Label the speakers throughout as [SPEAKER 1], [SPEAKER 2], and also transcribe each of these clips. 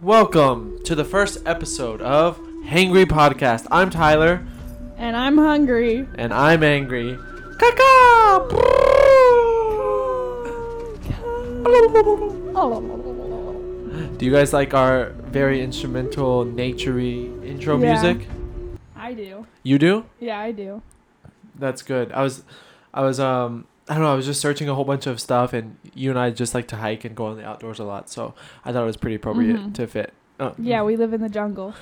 [SPEAKER 1] Welcome to the first episode of Hangry Podcast. I'm Tyler,
[SPEAKER 2] And I'm hungry.
[SPEAKER 1] and I'm angry. Caca!
[SPEAKER 2] Oh.
[SPEAKER 1] Do you guys like our very instrumental, naturey intro
[SPEAKER 2] Yeah.
[SPEAKER 1] music?
[SPEAKER 2] I do.
[SPEAKER 1] You do?
[SPEAKER 2] Yeah, I do.
[SPEAKER 1] That's good. I was, I was, um, I don't know. I was just searching a whole bunch of stuff, and you and I just like to hike and go in the outdoors a lot, so I thought it was pretty appropriate
[SPEAKER 2] Mhm.
[SPEAKER 1] to fit. Oh.
[SPEAKER 2] Yeah, we live in the jungle.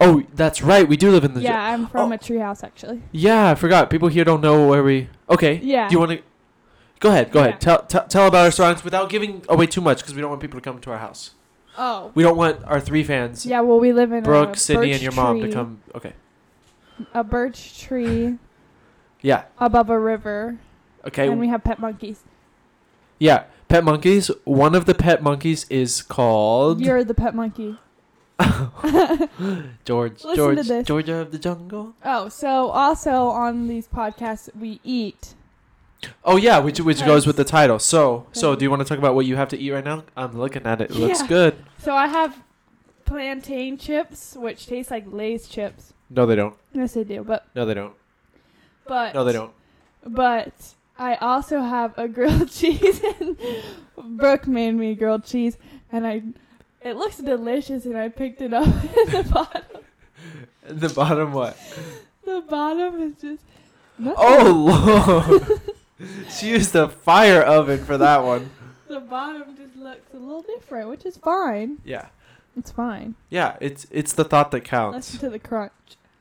[SPEAKER 1] Oh, that's right. We do live in the. Oh.
[SPEAKER 2] yeah,
[SPEAKER 1] Yeah.
[SPEAKER 2] I'm from a treehouse actually.
[SPEAKER 1] yeah, I forgot. People here don't know where we. Okay.
[SPEAKER 2] Yeah.
[SPEAKER 1] Do you want to? Go ahead. Go
[SPEAKER 2] Yeah.
[SPEAKER 1] ahead. Tell, tell tell about our surroundings without giving away too much because we don't want people to come to our house.
[SPEAKER 2] Oh.
[SPEAKER 1] We don't want our three fans,
[SPEAKER 2] Yeah, well, we live in a
[SPEAKER 1] Brooke, Sydney,
[SPEAKER 2] birch
[SPEAKER 1] and your mom, to
[SPEAKER 2] tree-
[SPEAKER 1] come. Okay.
[SPEAKER 2] A birch tree
[SPEAKER 1] Yeah.
[SPEAKER 2] above a river,
[SPEAKER 1] Okay.
[SPEAKER 2] and we have pet monkeys.
[SPEAKER 1] yeah. Pet monkeys. One of the pet monkeys is called
[SPEAKER 2] You're the pet monkey.
[SPEAKER 1] George.
[SPEAKER 2] Listen to
[SPEAKER 1] George.
[SPEAKER 2] this.
[SPEAKER 1] Georgia of the jungle.
[SPEAKER 2] Oh, so also on these podcasts we eat.
[SPEAKER 1] Oh yeah, which which goes
[SPEAKER 2] Nice.
[SPEAKER 1] with the title. So so,
[SPEAKER 2] Thank
[SPEAKER 1] do you want to talk about what you have to eat right now? I'm looking at it. It looks
[SPEAKER 2] Yeah.
[SPEAKER 1] good.
[SPEAKER 2] So I have plantain chips, which taste like Lay's chips.
[SPEAKER 1] No, they don't.
[SPEAKER 2] Yes, they do, but
[SPEAKER 1] No, they don't.
[SPEAKER 2] but
[SPEAKER 1] No, they don't.
[SPEAKER 2] But I also have a grilled cheese, and Brooke made me grilled cheese, and I. It looks delicious, and I picked it up. and the bottom,
[SPEAKER 1] The bottom what?
[SPEAKER 2] the bottom is just. nothing.
[SPEAKER 1] Oh lord! she used a fire oven for that one.
[SPEAKER 2] The bottom just looks a little different, which is fine.
[SPEAKER 1] Yeah,
[SPEAKER 2] It's fine.
[SPEAKER 1] yeah. It's it's the thought that
[SPEAKER 2] Listen
[SPEAKER 1] counts.
[SPEAKER 2] to the crunch.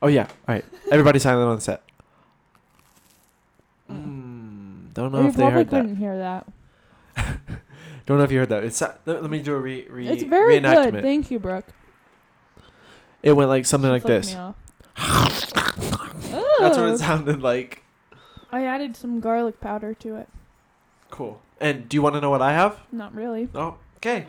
[SPEAKER 1] Oh yeah. All right. Everybody silent on set. Mm, don't know
[SPEAKER 2] we
[SPEAKER 1] if they
[SPEAKER 2] probably
[SPEAKER 1] heard that.
[SPEAKER 2] couldn't hear that.
[SPEAKER 1] Don't know if you heard that. It's uh, let, let me do a re, re
[SPEAKER 2] it's very
[SPEAKER 1] reenactment.
[SPEAKER 2] good. Thank you, Brooke.
[SPEAKER 1] It went like something like
[SPEAKER 2] Flipped me Oh.
[SPEAKER 1] this.
[SPEAKER 2] off.
[SPEAKER 1] That's what
[SPEAKER 2] Ugh.
[SPEAKER 1] it sounded like.
[SPEAKER 2] I added some garlic powder to it.
[SPEAKER 1] Cool. And do you want to know what I have?
[SPEAKER 2] Not really.
[SPEAKER 1] Oh, okay.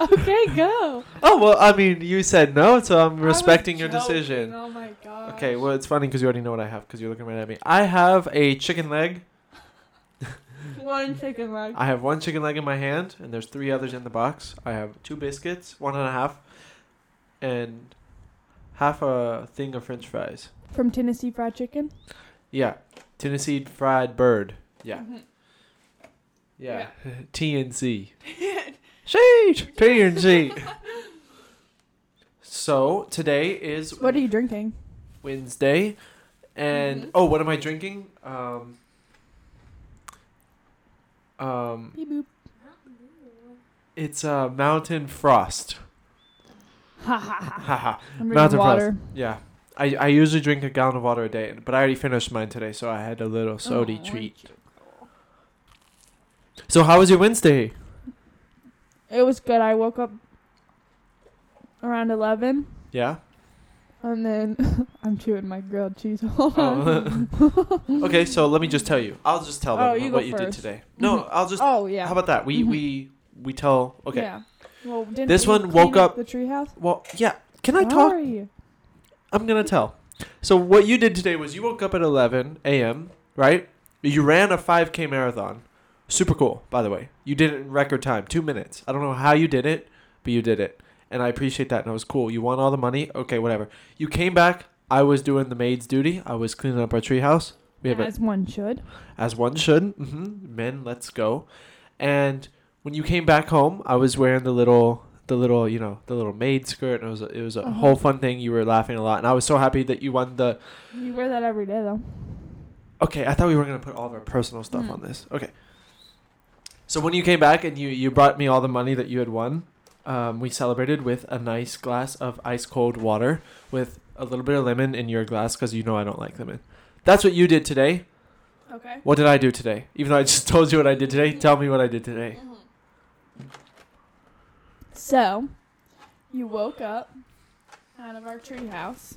[SPEAKER 2] Okay, go.
[SPEAKER 1] oh well, I mean, you said no, so I'm
[SPEAKER 2] I was
[SPEAKER 1] respecting your
[SPEAKER 2] joking.
[SPEAKER 1] decision.
[SPEAKER 2] Oh my god.
[SPEAKER 1] Okay, well, it's funny because you already know what I have because you're looking right at me. I have a chicken leg.
[SPEAKER 2] One chicken leg.
[SPEAKER 1] I have one chicken leg in my hand, and there's three others in the box. I have two biscuits, one and a half, and half a thing of french fries.
[SPEAKER 2] From Tennessee Fried Chicken.
[SPEAKER 1] Yeah. Tennessee fried bird. Yeah.
[SPEAKER 2] Mm-hmm.
[SPEAKER 1] Yeah. TNC. Sheesh! TNC. so, today is
[SPEAKER 2] What are you drinking?
[SPEAKER 1] Wednesday. And
[SPEAKER 2] Mhm.
[SPEAKER 1] oh, what am I drinking? Um, um,
[SPEAKER 2] Beep boop.
[SPEAKER 1] it's uh, Mountain Frost.
[SPEAKER 2] Ha ha ha.
[SPEAKER 1] Haha.
[SPEAKER 2] I'm
[SPEAKER 1] Mountain
[SPEAKER 2] drinking water.
[SPEAKER 1] yeah. I, I usually drink a gallon of water a day, but I already finished mine today, so I had a little sody
[SPEAKER 2] Oh,
[SPEAKER 1] treat. So how was your Wednesday?
[SPEAKER 2] It was good. I woke up around 11
[SPEAKER 1] Yeah.
[SPEAKER 2] and then I'm chewing my grilled cheese. Hold on.
[SPEAKER 1] Oh. okay, so let me just tell you. I'll just tell them
[SPEAKER 2] Oh, you go
[SPEAKER 1] what you did
[SPEAKER 2] first.
[SPEAKER 1] today. No,
[SPEAKER 2] Mhm.
[SPEAKER 1] I'll just.
[SPEAKER 2] Oh, yeah.
[SPEAKER 1] How about that? We
[SPEAKER 2] Mhm.
[SPEAKER 1] we we tell. Okay.
[SPEAKER 2] Yeah. Well, didn't
[SPEAKER 1] This
[SPEAKER 2] we
[SPEAKER 1] one woke
[SPEAKER 2] clean
[SPEAKER 1] up-
[SPEAKER 2] the treehouse.
[SPEAKER 1] Well, yeah. Can I
[SPEAKER 2] How
[SPEAKER 1] talk?
[SPEAKER 2] are you?
[SPEAKER 1] I'm gonna tell. So what you did today was you woke up at 11 a.m. Right? You ran a 5K marathon. Super cool, by the way. You did it in record time, two minutes. I don't know how you did it, but you did it, and I appreciate that. And it was cool. You won all the money. Okay, whatever. You came back. I was doing the maid's duty. I was cleaning up our treehouse. We have a
[SPEAKER 2] As one should.
[SPEAKER 1] as one should. hmm Men, let's go. And when you came back home, I was wearing the little, the little, you know, the little maid skirt, and it was a, it was a
[SPEAKER 2] Uh-huh.
[SPEAKER 1] whole fun thing. You were laughing a lot, and I was so happy that you won the.
[SPEAKER 2] You wear that every day though.
[SPEAKER 1] Okay, I thought we were gonna put all of our personal stuff
[SPEAKER 2] Mm.
[SPEAKER 1] on this. Okay. So when you came back and you you brought me all the money that you had won, um, we celebrated with a nice glass of ice cold water with a little bit of lemon in your glass because you know I don't like lemon. That's what you did today.
[SPEAKER 2] Okay.
[SPEAKER 1] What did I do today? Even though I just told you what I did today, tell me what I did today.
[SPEAKER 2] So, you woke up out of our treehouse,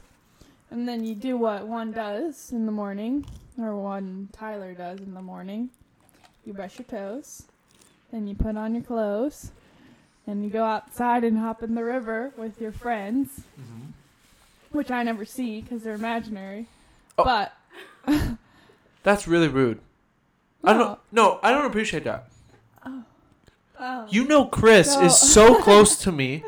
[SPEAKER 2] and then you do what one does in the morning, or one Tyler does in the morning. You brush your toes, then you put on your clothes, and you go outside and hop in the river with your friends, which I never see because they're imaginary.
[SPEAKER 1] Oh.
[SPEAKER 2] But oh,
[SPEAKER 1] That's really rude. I don't. No, I don't appreciate that.
[SPEAKER 2] Um,
[SPEAKER 1] You know, Chris
[SPEAKER 2] So-
[SPEAKER 1] is so close to me.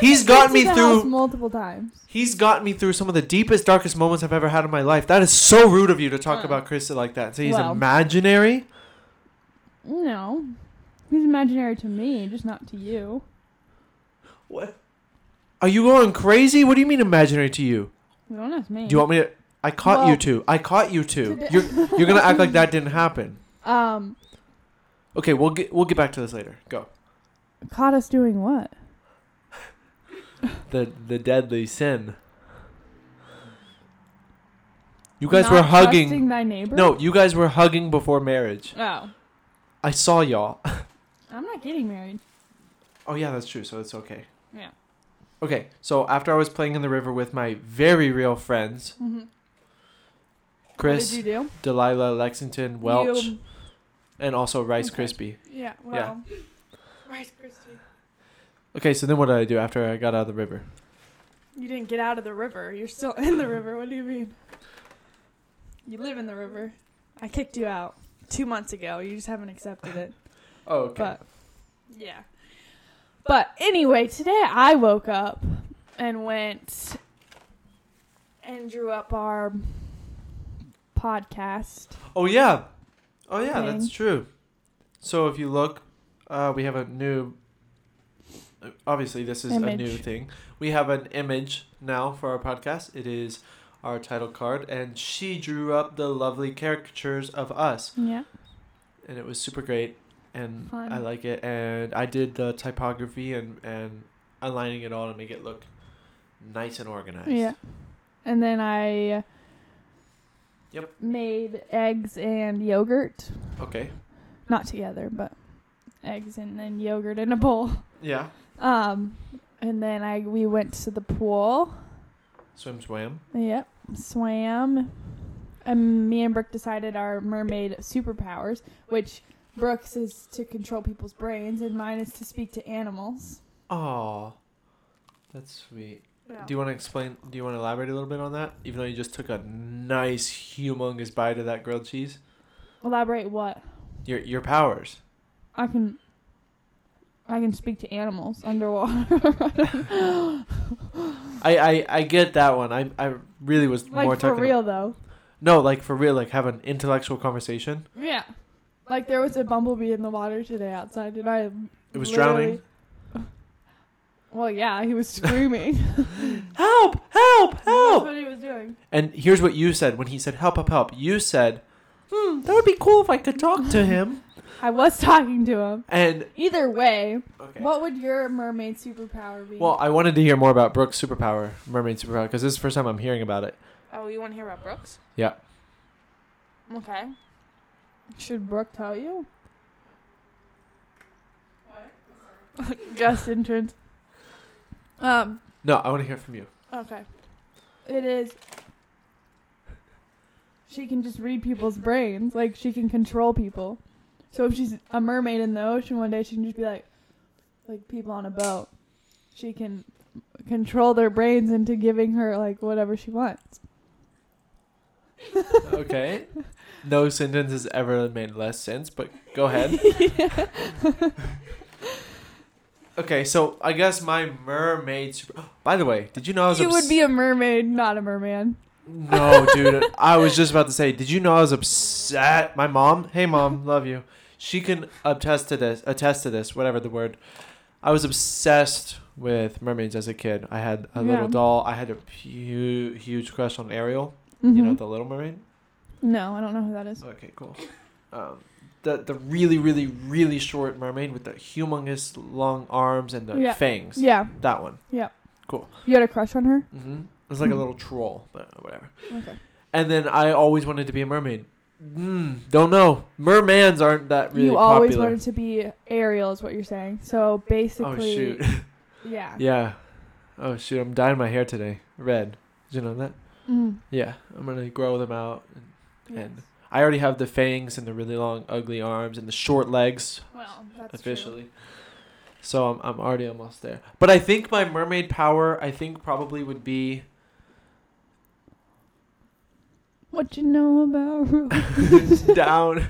[SPEAKER 1] He's got me
[SPEAKER 2] Been to the house
[SPEAKER 1] through.
[SPEAKER 2] multiple times.
[SPEAKER 1] He's gotten me through some of the deepest, darkest moments I've ever had in my life. That is so rude of you to talk
[SPEAKER 2] Uh.
[SPEAKER 1] about Chris like that. So he's
[SPEAKER 2] Well.
[SPEAKER 1] imaginary.
[SPEAKER 2] No, he's imaginary to me, just not to you.
[SPEAKER 1] What? Are you going crazy? What do you mean imaginary to you?
[SPEAKER 2] Don't ask me.
[SPEAKER 1] Do you want me to? I caught you
[SPEAKER 2] Well,
[SPEAKER 1] two. I caught you two.
[SPEAKER 2] today-
[SPEAKER 1] You're you're gonna act like that didn't happen.
[SPEAKER 2] um,
[SPEAKER 1] Okay, we'll get we'll get back to this later. Go.
[SPEAKER 2] caught us doing what?
[SPEAKER 1] The the deadly sin. You guys
[SPEAKER 2] Not
[SPEAKER 1] were hugging.
[SPEAKER 2] trusting thy neighbor.
[SPEAKER 1] No, you guys were hugging before marriage.
[SPEAKER 2] Oh,
[SPEAKER 1] I saw y'all.
[SPEAKER 2] I'm not getting married.
[SPEAKER 1] Oh yeah, that's true. So it's okay.
[SPEAKER 2] Yeah.
[SPEAKER 1] Okay, so after I was playing in the river with my very real friends,
[SPEAKER 2] Mm-hmm.
[SPEAKER 1] Chris,
[SPEAKER 2] What did you do?
[SPEAKER 1] Delilah, Lexington, Welch,
[SPEAKER 2] You-
[SPEAKER 1] and also Rice
[SPEAKER 2] Okay.
[SPEAKER 1] Krispie.
[SPEAKER 2] yeah. Well. Rice Krispie.
[SPEAKER 1] Okay, so then what did I do after I got out of the river?
[SPEAKER 2] You didn't get out of the river. You're still in the river. What do you mean? You live in the river. I kicked you out two months ago. You just haven't accepted it.
[SPEAKER 1] Oh, okay.
[SPEAKER 2] But yeah. But anyway, today I woke up and went and drew up our podcast.
[SPEAKER 1] oh yeah, oh yeah, that's
[SPEAKER 2] Thing.
[SPEAKER 1] true. So if you look, uh, we have a new. Obviously, this is a
[SPEAKER 2] Image.
[SPEAKER 1] new thing. We have an image now for our podcast. It is our title card, and she drew up the lovely caricatures of us.
[SPEAKER 2] Yeah.
[SPEAKER 1] and it was super great and
[SPEAKER 2] Fun.
[SPEAKER 1] I like it and I did the typography and and aligning it all to make it look nice and organized.
[SPEAKER 2] Yeah. And then I
[SPEAKER 1] Yep.
[SPEAKER 2] made eggs and yogurt.
[SPEAKER 1] Okay.
[SPEAKER 2] Not together, but eggs and then yogurt in a bowl.
[SPEAKER 1] Yeah.
[SPEAKER 2] Um and then I we went to the pool.
[SPEAKER 1] Swim swam.
[SPEAKER 2] Yep. Swam. And me and Brooke decided our mermaid superpowers, which Brooke's is to control people's brains and mine is to speak to animals.
[SPEAKER 1] Oh. That's sweet. Do you want to explain do you want to elaborate a little bit on that even though you just took a nice humongous bite of that grilled cheese?
[SPEAKER 2] Elaborate what?
[SPEAKER 1] Your your powers.
[SPEAKER 2] I can I can speak to animals underwater.
[SPEAKER 1] I I, I get that one. I I really was
[SPEAKER 2] like
[SPEAKER 1] more
[SPEAKER 2] for
[SPEAKER 1] technical.
[SPEAKER 2] real though.
[SPEAKER 1] No, like for real like have an intellectual conversation.
[SPEAKER 2] Yeah. Like there was a bumblebee in the water today outside and I
[SPEAKER 1] It was
[SPEAKER 2] literally- Well, yeah, he was screaming.
[SPEAKER 1] drowning. Help! Help!
[SPEAKER 2] That's
[SPEAKER 1] Help!
[SPEAKER 2] what he was doing.
[SPEAKER 1] And here's what you said when he said, help, help, help. You said, hmm, that would be cool if I could talk to him.
[SPEAKER 2] I was talking to him.
[SPEAKER 1] And,
[SPEAKER 2] Either way,
[SPEAKER 1] okay.
[SPEAKER 2] What would your mermaid superpower be?
[SPEAKER 1] Well, I wanted to hear more about Brooke's superpower, mermaid superpower, because this is the first time I'm hearing about it.
[SPEAKER 2] oh, you want to hear about Brooks?
[SPEAKER 1] Yeah.
[SPEAKER 2] Okay. Should Brooke tell you? What? Justin turns. Um.
[SPEAKER 1] No, I want to hear from you.
[SPEAKER 2] Okay. It is. She can just read people's brains. Like she can control people. So if she's a mermaid in the ocean one day, she can just be like, like people on a boat. She can control their brains into giving her like whatever she wants.
[SPEAKER 1] Okay. no sentence has ever made less sense, but go ahead. okay, so I guess my mermaid super. By the way, did you know I was
[SPEAKER 2] You
[SPEAKER 1] obs-
[SPEAKER 2] would be a mermaid, not a merman.
[SPEAKER 1] No, dude. I was just about to say, did you know I was upset? My mom, hey mom, love you. She can attest to this, attest to this, whatever the word. I was obsessed with mermaids as a kid. I had a
[SPEAKER 2] Yeah.
[SPEAKER 1] little doll. I had a hu- huge crush on Ariel. You know,
[SPEAKER 2] Mhm.
[SPEAKER 1] the Little Mermaid.
[SPEAKER 2] no, I don't know who that is.
[SPEAKER 1] Okay, cool. Um, the the really really really short mermaid with the humongous long arms and the
[SPEAKER 2] Yeah.
[SPEAKER 1] fangs.
[SPEAKER 2] Yeah,
[SPEAKER 1] That one.
[SPEAKER 2] you had a crush on her.
[SPEAKER 1] hmm It's like a
[SPEAKER 2] Mhm.
[SPEAKER 1] little troll, but whatever.
[SPEAKER 2] Okay.
[SPEAKER 1] And then I always wanted to be a mermaid. Mm, don't know. Mermans aren't that really
[SPEAKER 2] you always
[SPEAKER 1] popular.
[SPEAKER 2] wanted to be Ariel, is what you're saying. So
[SPEAKER 1] oh
[SPEAKER 2] basically,
[SPEAKER 1] shoot.
[SPEAKER 2] yeah.
[SPEAKER 1] yeah. Oh shoot. I'm dyeing my hair today. Red. Did you know that?
[SPEAKER 2] Mm.
[SPEAKER 1] Yeah. I'm gonna grow them out.
[SPEAKER 2] Yes.
[SPEAKER 1] And- I already have the fangs and the really long, ugly arms and the short legs
[SPEAKER 2] well, that's True.
[SPEAKER 1] officially. So I'm I'm already almost there. But I think my mermaid power, I think probably would be.
[SPEAKER 2] What you know about Ru-
[SPEAKER 1] down.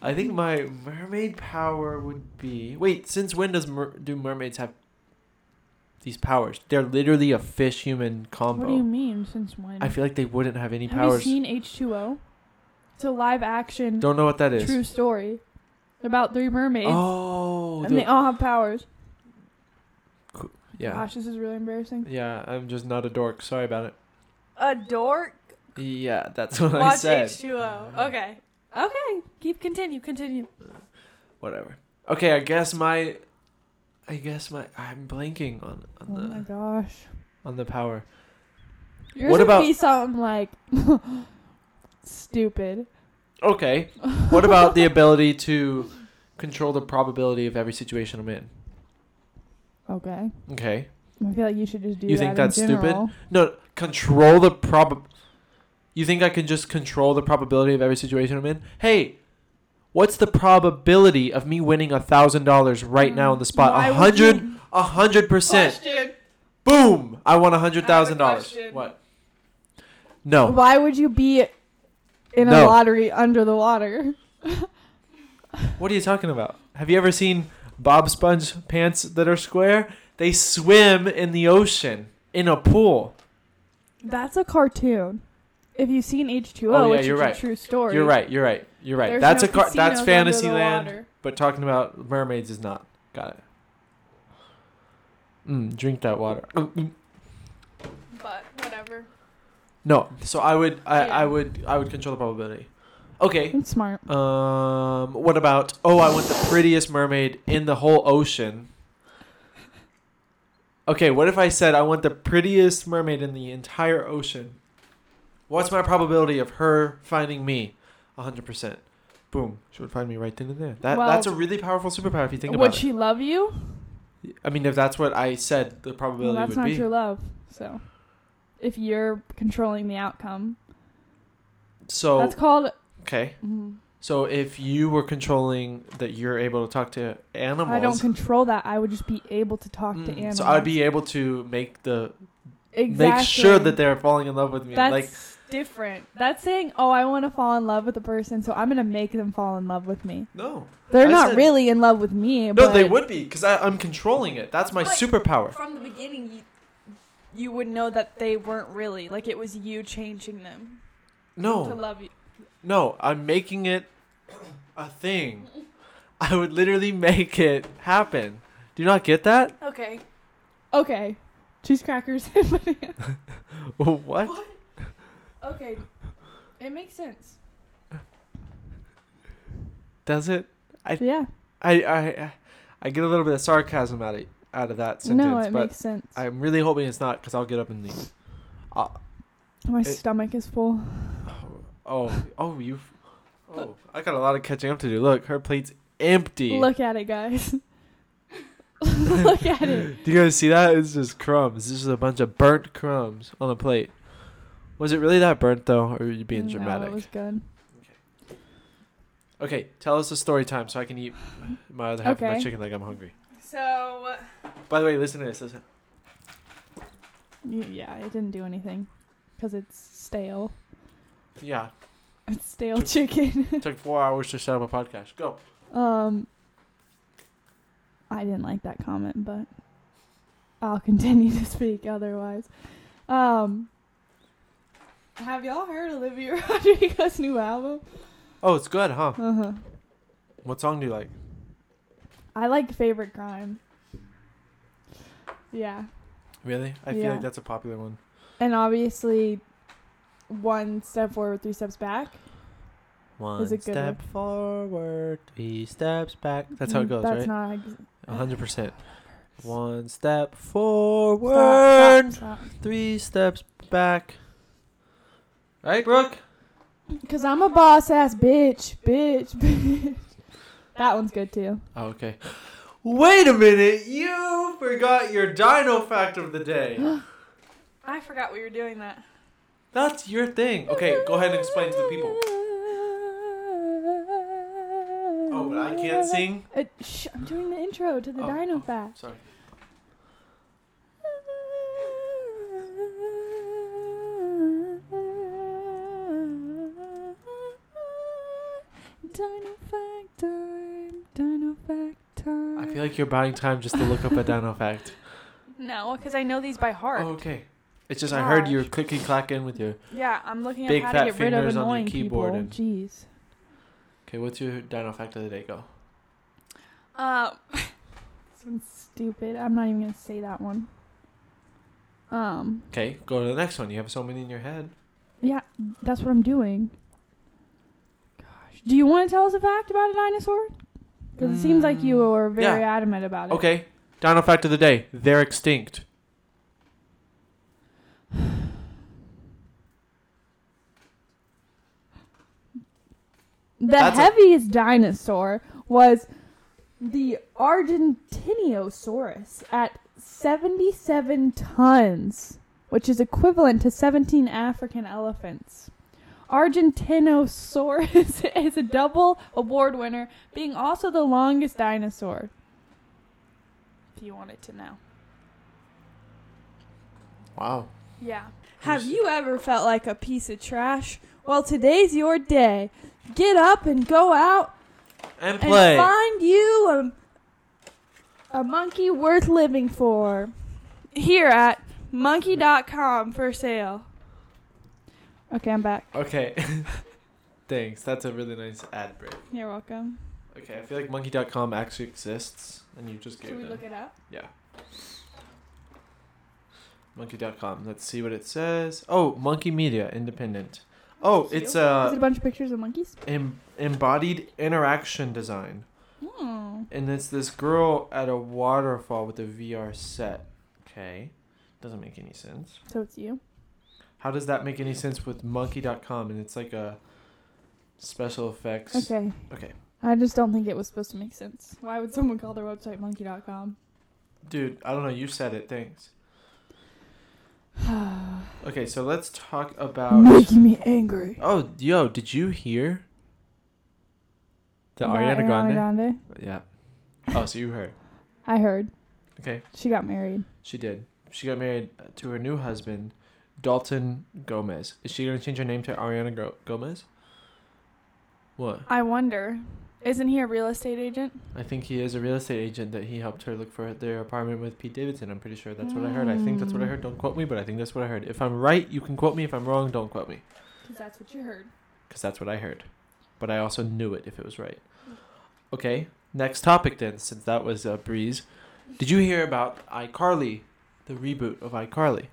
[SPEAKER 1] I think my mermaid power would be. Wait, since when does mer- do mermaids have these powers? They're literally a fish human combo.
[SPEAKER 2] What do you mean? Since when?
[SPEAKER 1] I feel like they wouldn't have any
[SPEAKER 2] Have
[SPEAKER 1] powers.
[SPEAKER 2] you seen H2O? It's a live action
[SPEAKER 1] Don't know what that is.
[SPEAKER 2] true story about three mermaids,
[SPEAKER 1] Oh,
[SPEAKER 2] and
[SPEAKER 1] the-
[SPEAKER 2] they all have powers.
[SPEAKER 1] yeah,
[SPEAKER 2] Gosh, this is really embarrassing.
[SPEAKER 1] yeah. I'm just not a dork. Sorry about it.
[SPEAKER 3] A dork.
[SPEAKER 1] Yeah, that's what I
[SPEAKER 3] Watch
[SPEAKER 1] said.
[SPEAKER 3] H2O. Okay. Okay. Keep continue. Continue.
[SPEAKER 1] Whatever. Okay, I guess my, I guess my. I'm blanking on on
[SPEAKER 2] Oh
[SPEAKER 1] the
[SPEAKER 2] my gosh.
[SPEAKER 1] on the power.
[SPEAKER 2] Yours
[SPEAKER 1] What
[SPEAKER 2] would
[SPEAKER 1] about-
[SPEAKER 2] be something like stupid.
[SPEAKER 1] Okay. What about the ability to control the probability of every situation I'm in?
[SPEAKER 2] Okay.
[SPEAKER 1] Okay.
[SPEAKER 2] I feel like you should just do
[SPEAKER 1] You
[SPEAKER 2] that
[SPEAKER 1] think
[SPEAKER 2] in
[SPEAKER 1] that's stupid?
[SPEAKER 2] general.
[SPEAKER 1] No, control the prob. You think I can just control the probability of every situation I'm in? Hey, what's the probability of me winning a thousand dollars right now on the spot?
[SPEAKER 2] Why
[SPEAKER 1] A
[SPEAKER 2] would
[SPEAKER 1] hundred,
[SPEAKER 2] you-
[SPEAKER 1] a hundred percent. Boom! I won a hundred thousand dollars.
[SPEAKER 3] question.
[SPEAKER 1] What? No,
[SPEAKER 2] Why would you be in a
[SPEAKER 1] No.
[SPEAKER 2] lottery under the water?
[SPEAKER 1] What are you talking about? Have you ever seen Bob Sponge pants that are square? They swim in the ocean in a pool.
[SPEAKER 2] That's a cartoon. If you've seen H2O,
[SPEAKER 1] Oh, yeah,
[SPEAKER 2] which
[SPEAKER 1] you're
[SPEAKER 2] is
[SPEAKER 1] right.
[SPEAKER 2] a true story.
[SPEAKER 1] You're right. You're right. You're right.
[SPEAKER 2] there's
[SPEAKER 1] that's
[SPEAKER 2] no
[SPEAKER 1] a car-
[SPEAKER 2] casinos
[SPEAKER 1] that's
[SPEAKER 2] under the
[SPEAKER 1] Fantasyland.
[SPEAKER 2] water.
[SPEAKER 1] But talking about mermaids is not. Got it. Mm, drink that water. Mm, mm.
[SPEAKER 3] But whatever.
[SPEAKER 1] No. So I would. I,
[SPEAKER 3] Yeah.
[SPEAKER 1] I would. I would control the probability. Okay.
[SPEAKER 2] That's smart.
[SPEAKER 1] Um. What about? Oh, I want the prettiest mermaid in the whole ocean. Okay. What if I said I want the prettiest mermaid in the entire ocean? What's my probability of her finding me? hundred percent. Boom. She would find me right then and there. That
[SPEAKER 2] Well-
[SPEAKER 1] that's a really powerful superpower if you think
[SPEAKER 2] would
[SPEAKER 1] about
[SPEAKER 2] she love you?
[SPEAKER 1] it. I mean, if that's what I said, the
[SPEAKER 2] Well,
[SPEAKER 1] probability
[SPEAKER 2] that's
[SPEAKER 1] would
[SPEAKER 2] not
[SPEAKER 1] be.
[SPEAKER 2] true love. So, if you're controlling the outcome,
[SPEAKER 1] So
[SPEAKER 2] that's called.
[SPEAKER 1] okay.
[SPEAKER 2] Mm.
[SPEAKER 1] So if you were controlling that you're able to talk to animals.
[SPEAKER 2] I don't control that. I would just be able to talk to
[SPEAKER 1] Mm,
[SPEAKER 2] animals.
[SPEAKER 1] So I'd be able to make the
[SPEAKER 2] exactly.
[SPEAKER 1] make sure that they're falling in love with me.
[SPEAKER 2] That's
[SPEAKER 1] like
[SPEAKER 2] different. That's saying, "Oh, I want to fall in love with a person, so I'm gonna make them fall in love with me."
[SPEAKER 1] no,
[SPEAKER 2] They're
[SPEAKER 1] I
[SPEAKER 2] not
[SPEAKER 1] said-
[SPEAKER 2] really in love with me.
[SPEAKER 1] no,
[SPEAKER 2] but
[SPEAKER 1] they would be because I'm controlling it. That's my
[SPEAKER 3] But-
[SPEAKER 1] superpower.
[SPEAKER 3] From the beginning, you you would know that they weren't really like it was you changing them to
[SPEAKER 1] No,
[SPEAKER 3] love you.
[SPEAKER 1] no, I'm making it a thing. I would literally make it happen. Do you not get that?
[SPEAKER 3] Okay.
[SPEAKER 2] Okay, cheese crackers. and banana.
[SPEAKER 1] what?
[SPEAKER 3] Okay. It makes sense.
[SPEAKER 1] Does it?
[SPEAKER 2] yeah.
[SPEAKER 1] I I I get a little bit of sarcasm out of out of that sentence,
[SPEAKER 2] No, it
[SPEAKER 1] but
[SPEAKER 2] makes sense.
[SPEAKER 1] I'm really hoping it's not because I'll get up and leave. Uh,
[SPEAKER 2] My
[SPEAKER 1] it-
[SPEAKER 2] stomach is full.
[SPEAKER 1] oh, oh, you. Oh, I got a lot of catching up to do. Look, her plate's empty.
[SPEAKER 2] Look at it, guys. Look at it.
[SPEAKER 1] Do you guys see that? It's just crumbs. This is a bunch of burnt crumbs on a plate. Was it really that burnt though, or are you being
[SPEAKER 2] No,
[SPEAKER 1] dramatic?
[SPEAKER 2] it was good.
[SPEAKER 1] Okay, tell us a story time so I can eat my other half of my
[SPEAKER 2] Okay.
[SPEAKER 1] chicken like I'm hungry.
[SPEAKER 3] So
[SPEAKER 1] By the way, listen to this. Listen.
[SPEAKER 2] Y- Yeah, it didn't do anything because it's stale.
[SPEAKER 1] Yeah,
[SPEAKER 2] It's stale chicken.
[SPEAKER 1] it took four hours to set up a podcast. Go.
[SPEAKER 2] Um, I didn't like that comment, but I'll continue to speak otherwise. Um, have y'all heard Olivia Rodrigo's new album?
[SPEAKER 1] Oh, it's good, huh?
[SPEAKER 2] Uh huh.
[SPEAKER 1] What song do you like?
[SPEAKER 2] I like Favorite Crime. Yeah,
[SPEAKER 1] Really? I feel
[SPEAKER 2] Yeah.
[SPEAKER 1] like that's a popular one.
[SPEAKER 2] and obviously, one step forward, three steps back.
[SPEAKER 1] One
[SPEAKER 2] good one.
[SPEAKER 1] step forward, three steps back. That's how it
[SPEAKER 2] Mm,
[SPEAKER 1] goes, right?
[SPEAKER 2] That's not ex-
[SPEAKER 1] A hundred percent. One step
[SPEAKER 2] stop,
[SPEAKER 1] forward,
[SPEAKER 2] stop, stop.
[SPEAKER 1] three steps back. Right, Brooke?
[SPEAKER 2] Cause I'm a boss ass bitch, bitch, bitch. That one's good too.
[SPEAKER 1] Oh, okay. Wait a minute! You forgot your dino fact of the day.
[SPEAKER 3] I forgot we were doing that.
[SPEAKER 1] That's your thing. Okay, go ahead and explain to the people. Oh, but I can't sing.
[SPEAKER 2] Uh, shh, I'm doing the intro to the
[SPEAKER 1] Oh,
[SPEAKER 2] Dino
[SPEAKER 1] oh.
[SPEAKER 2] Fact.
[SPEAKER 1] Sorry.
[SPEAKER 3] Dino
[SPEAKER 2] time, dino fact time.
[SPEAKER 1] I feel like you're buying time just to look up a dino fact.
[SPEAKER 3] No, because I know these by heart.
[SPEAKER 1] Oh, okay. It's just I heard
[SPEAKER 3] Gosh.
[SPEAKER 1] you're clicky clacking with your.
[SPEAKER 3] Yeah, I'm looking
[SPEAKER 1] Big
[SPEAKER 3] up how
[SPEAKER 1] fat
[SPEAKER 3] to get rid of
[SPEAKER 1] fingers on your
[SPEAKER 3] annoying
[SPEAKER 1] keyboard
[SPEAKER 3] people.
[SPEAKER 1] and-
[SPEAKER 2] Jeez.
[SPEAKER 1] Okay, what's your dino fact of the day? Go.
[SPEAKER 3] Uh,
[SPEAKER 2] This one's stupid. I'm not even gonna say that one. Um.
[SPEAKER 1] Okay, go to the next one. You have so many in your head.
[SPEAKER 2] Yeah, that's what I'm doing. Gosh. Do you want to tell us a fact about a dinosaur? Because it seems like you
[SPEAKER 1] Mm,
[SPEAKER 2] were very
[SPEAKER 1] yeah.
[SPEAKER 2] adamant about it.
[SPEAKER 1] Okay, dino fact of the day. They're extinct.
[SPEAKER 2] The
[SPEAKER 1] That's a-
[SPEAKER 2] heaviest dinosaur was the Argentiniosaurus at 77 tons, which is equivalent to 17 African elephants. Argentinosaurus is a double award winner, being also the longest dinosaur. If you wanted to know.
[SPEAKER 1] Wow.
[SPEAKER 3] yeah.
[SPEAKER 2] Have you ever felt like a piece of trash? Well, today's your day. Get up and go out
[SPEAKER 1] And
[SPEAKER 2] and
[SPEAKER 1] play.
[SPEAKER 2] find you a, a monkey worth living for here at monkey.com for sale. Okay, I'm back.
[SPEAKER 1] Okay. Thanks. That's a really nice ad break.
[SPEAKER 2] You're welcome.
[SPEAKER 1] Okay, I feel like monkey.com actually exists, and you just gave
[SPEAKER 2] Should we
[SPEAKER 1] them.
[SPEAKER 2] look it up?
[SPEAKER 1] Yeah. Monkey.com. Let's see what it says. Oh, Monkey Media, independent. Oh,
[SPEAKER 2] Cute.
[SPEAKER 1] it's
[SPEAKER 2] Is it
[SPEAKER 1] uh,
[SPEAKER 2] a bunch of pictures of monkeys?
[SPEAKER 1] em- embodied interaction design.
[SPEAKER 2] Hmm.
[SPEAKER 1] And it's this girl at a waterfall with a VR set. Okay. Doesn't make any sense.
[SPEAKER 2] So it's you.
[SPEAKER 1] How does that make any sense with monkey.com and it's like a special effects?
[SPEAKER 2] Okay.
[SPEAKER 1] Okay.
[SPEAKER 2] I just don't think it was supposed to make sense. Why would someone call their website monkey.com?
[SPEAKER 1] Dude, I don't know. You said it. Thanks. Okay, so let's talk about.
[SPEAKER 2] Making me angry.
[SPEAKER 1] Oh, yo, did you hear? The
[SPEAKER 2] Not
[SPEAKER 1] Ariana Grande?
[SPEAKER 2] Grande.
[SPEAKER 1] Yeah. Oh, so you heard.
[SPEAKER 2] I heard.
[SPEAKER 1] Okay,
[SPEAKER 2] She got married.
[SPEAKER 1] she did. She got married to her new husband, Dalton Gomez. Is she going to change her name to Ariana Go- Gomez? What?
[SPEAKER 3] I wonder, isn't he a real estate agent?
[SPEAKER 1] I think he is a real estate agent that he helped her look for their apartment with Pete Davidson. I'm pretty sure that's what I heard. I think that's what I
[SPEAKER 2] Mm.
[SPEAKER 1] heard. Don't quote me, but I think that's what I heard. If I'm right, you can quote me. If I'm wrong, don't quote me.
[SPEAKER 2] Because that's what you heard.
[SPEAKER 1] because that's what I heard. But I also knew it if it was right.
[SPEAKER 2] Mm.
[SPEAKER 1] Okay, next topic then, since that was a breeze. Did you hear about iCarly, the reboot of iCarly?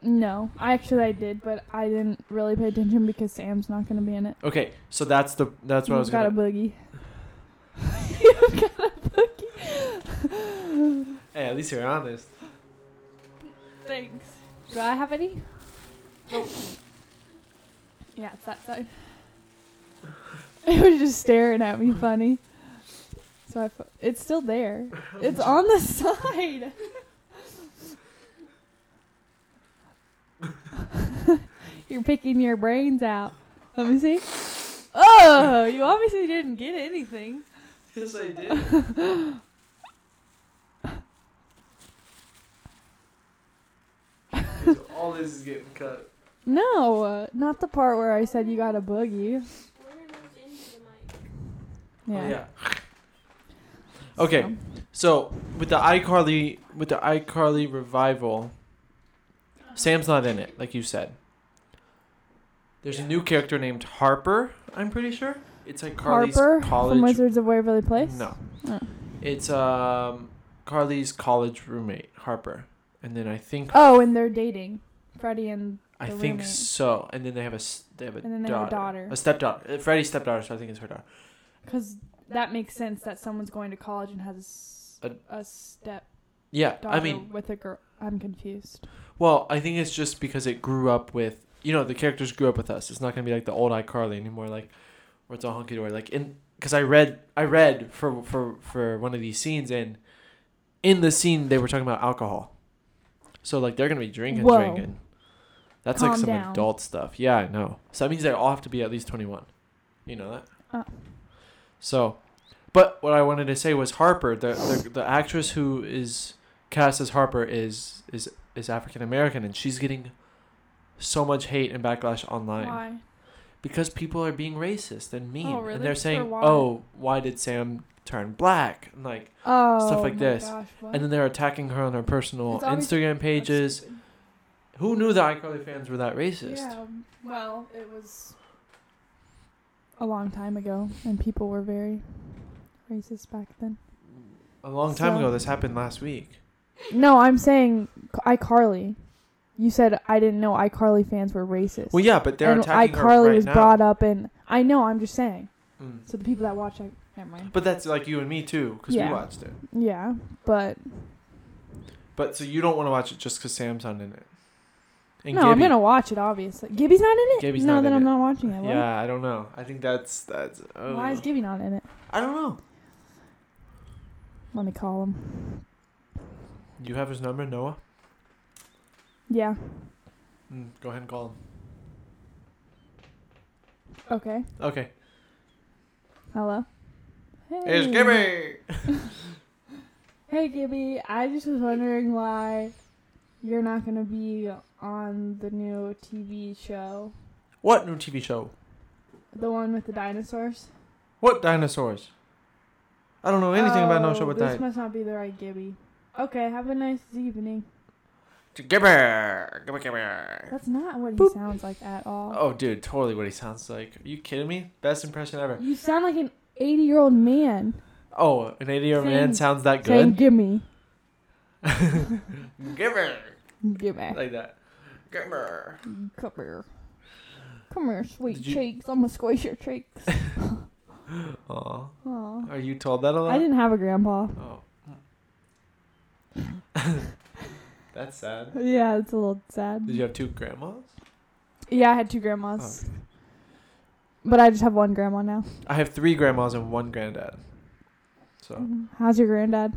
[SPEAKER 2] No, I actually I did, but I didn't really pay attention because Sam's not going to be in it.
[SPEAKER 1] Okay, so that's the that's what I was
[SPEAKER 2] You've got
[SPEAKER 1] gonna.
[SPEAKER 2] a boogie. You've got a boogie.
[SPEAKER 1] hey, at least you're honest.
[SPEAKER 3] Thanks.
[SPEAKER 2] Do I have any? yeah, it's that side. It was just staring at me funny. So I, fu- it's still there. It's on the side. You're picking your brains out. Let me see. Oh, you obviously didn't get anything.
[SPEAKER 1] Yes, I did. all this is getting cut.
[SPEAKER 2] No, uh, not the part where I said you got a boogie. Yeah.
[SPEAKER 1] yeah. Okay.
[SPEAKER 2] So-
[SPEAKER 1] So with the iCarly with the iCarly revival, Sam's not in it, like you said. There's a new character named Harper. I'm pretty sure it's like Carly's
[SPEAKER 2] Harper
[SPEAKER 1] college.
[SPEAKER 2] from Wizards of Waverly Place.
[SPEAKER 1] No,
[SPEAKER 2] Oh.
[SPEAKER 1] it's um Carly's college roommate Harper, and then I think
[SPEAKER 2] Oh, and they're dating, Freddie and
[SPEAKER 1] I
[SPEAKER 2] the
[SPEAKER 1] think
[SPEAKER 2] roommate.
[SPEAKER 1] so, and then they have a s- they have a
[SPEAKER 2] And then they
[SPEAKER 1] daughter,
[SPEAKER 2] have a daughter.
[SPEAKER 1] a stepdaughter, Uh, Freddie's stepdaughter. So I think it's her daughter.
[SPEAKER 2] because that makes sense that someone's going to college and has a,
[SPEAKER 1] A-
[SPEAKER 2] step
[SPEAKER 1] Yeah,
[SPEAKER 2] daughter
[SPEAKER 1] I mean,
[SPEAKER 2] with a girl. I'm confused.
[SPEAKER 1] Well, I think it's just because it grew up with you know the characters grew up with us. It's not gonna be like the old iCarly anymore, like where it's all hunky dory. Like in because I read I read for for for one of these scenes and in the scene they were talking about alcohol, so like they're gonna be drinking
[SPEAKER 2] Whoa.
[SPEAKER 1] drinking. That's like
[SPEAKER 2] Calm
[SPEAKER 1] some
[SPEAKER 2] down.
[SPEAKER 1] adult stuff. Yeah, I know. So that means they all have to be at least twenty one. You know that.
[SPEAKER 2] Oh.
[SPEAKER 1] So, but what I wanted to say was Harper, the the, the actress who is cast as Harper is is is African American, and she's getting so much hate and backlash online
[SPEAKER 3] Why?
[SPEAKER 1] because people are being racist and mean,
[SPEAKER 2] Oh, really?
[SPEAKER 1] and they're
[SPEAKER 2] For
[SPEAKER 1] saying,
[SPEAKER 2] why?
[SPEAKER 1] "Oh, why did Sam turn black?" and like,
[SPEAKER 2] Oh,
[SPEAKER 1] Stuff like
[SPEAKER 2] my
[SPEAKER 1] this.
[SPEAKER 2] Gosh, what?
[SPEAKER 1] and then they're attacking her on her personal
[SPEAKER 2] It's always-
[SPEAKER 1] Instagram
[SPEAKER 2] That's
[SPEAKER 1] pages.
[SPEAKER 2] stupid.
[SPEAKER 1] Who knew that iCarly fans were that racist?
[SPEAKER 2] Yeah. um, Well, it was a long time ago, and people were very racist back then.
[SPEAKER 1] A long time
[SPEAKER 2] So-
[SPEAKER 1] ago, this happened last week.
[SPEAKER 2] No, I'm saying iCarly. You said I didn't know iCarly fans were racist.
[SPEAKER 1] Well, yeah, but they're
[SPEAKER 2] and
[SPEAKER 1] attacking her
[SPEAKER 2] iCarly
[SPEAKER 1] right
[SPEAKER 2] was
[SPEAKER 1] now.
[SPEAKER 2] brought up in. I know. I'm just saying.
[SPEAKER 1] Mm.
[SPEAKER 2] So the people that watch, I never mind.
[SPEAKER 1] But that's like you and me too, because
[SPEAKER 2] Yeah.
[SPEAKER 1] we watched it.
[SPEAKER 2] Yeah, but
[SPEAKER 1] But so you don't want to watch it just because Sam's not in it. And
[SPEAKER 2] no, I'm
[SPEAKER 1] Gibby.
[SPEAKER 2] gonna watch it. Obviously, Gibby's not in it.
[SPEAKER 1] Gibby's
[SPEAKER 2] no,
[SPEAKER 1] not
[SPEAKER 2] then
[SPEAKER 1] in
[SPEAKER 2] I'm
[SPEAKER 1] it.
[SPEAKER 2] not watching it. What?
[SPEAKER 1] Yeah, I don't know. I think that's that's. Uh,
[SPEAKER 2] Why is Gibby not in it?
[SPEAKER 1] I don't know.
[SPEAKER 2] Let me call him.
[SPEAKER 1] You have his number, Noah.
[SPEAKER 2] Yeah.
[SPEAKER 1] Mm, go ahead and call him.
[SPEAKER 2] Okay.
[SPEAKER 1] Okay.
[SPEAKER 2] Hello. Hey.
[SPEAKER 1] It's Gibby.
[SPEAKER 2] Hey Gibby, I just was wondering why you're not gonna be on the new TV show,
[SPEAKER 1] What new TV show?
[SPEAKER 2] the one with the dinosaurs.
[SPEAKER 1] What dinosaurs? I don't know anything about no
[SPEAKER 2] Oh,
[SPEAKER 1] show with
[SPEAKER 2] This
[SPEAKER 1] that.
[SPEAKER 2] must not be the right Gibby. Okay, have a nice evening.
[SPEAKER 1] Gibber, Gibber, Gibber.
[SPEAKER 2] That's not what he
[SPEAKER 1] Boop.
[SPEAKER 2] sounds like at all.
[SPEAKER 1] Oh, dude, totally what he sounds like. Are you kidding me? Best impression ever.
[SPEAKER 2] You sound like an 80 year old man
[SPEAKER 1] Oh, an 80 year man
[SPEAKER 2] Saying-
[SPEAKER 1] sounds that
[SPEAKER 2] saying,
[SPEAKER 1] good?
[SPEAKER 2] Gimme.
[SPEAKER 1] Gibber.
[SPEAKER 2] Gimme.
[SPEAKER 1] Like that. Gibber.
[SPEAKER 2] Come here. Come here, sweet
[SPEAKER 1] Did you-
[SPEAKER 2] cheeks. I'm gonna squeeze your cheeks.
[SPEAKER 1] Aw.
[SPEAKER 2] Aw.
[SPEAKER 1] Are you told that a lot?
[SPEAKER 2] I didn't have a grandpa.
[SPEAKER 1] Oh. That's sad.
[SPEAKER 2] Yeah, it's a little sad.
[SPEAKER 1] Did you Oh, have two grandmas?
[SPEAKER 2] Yeah, I had two grandmas. But I just have one grandma now.
[SPEAKER 1] I have three grandmas and one granddad.
[SPEAKER 2] Mm-hmm.
[SPEAKER 1] So
[SPEAKER 2] How's your granddad?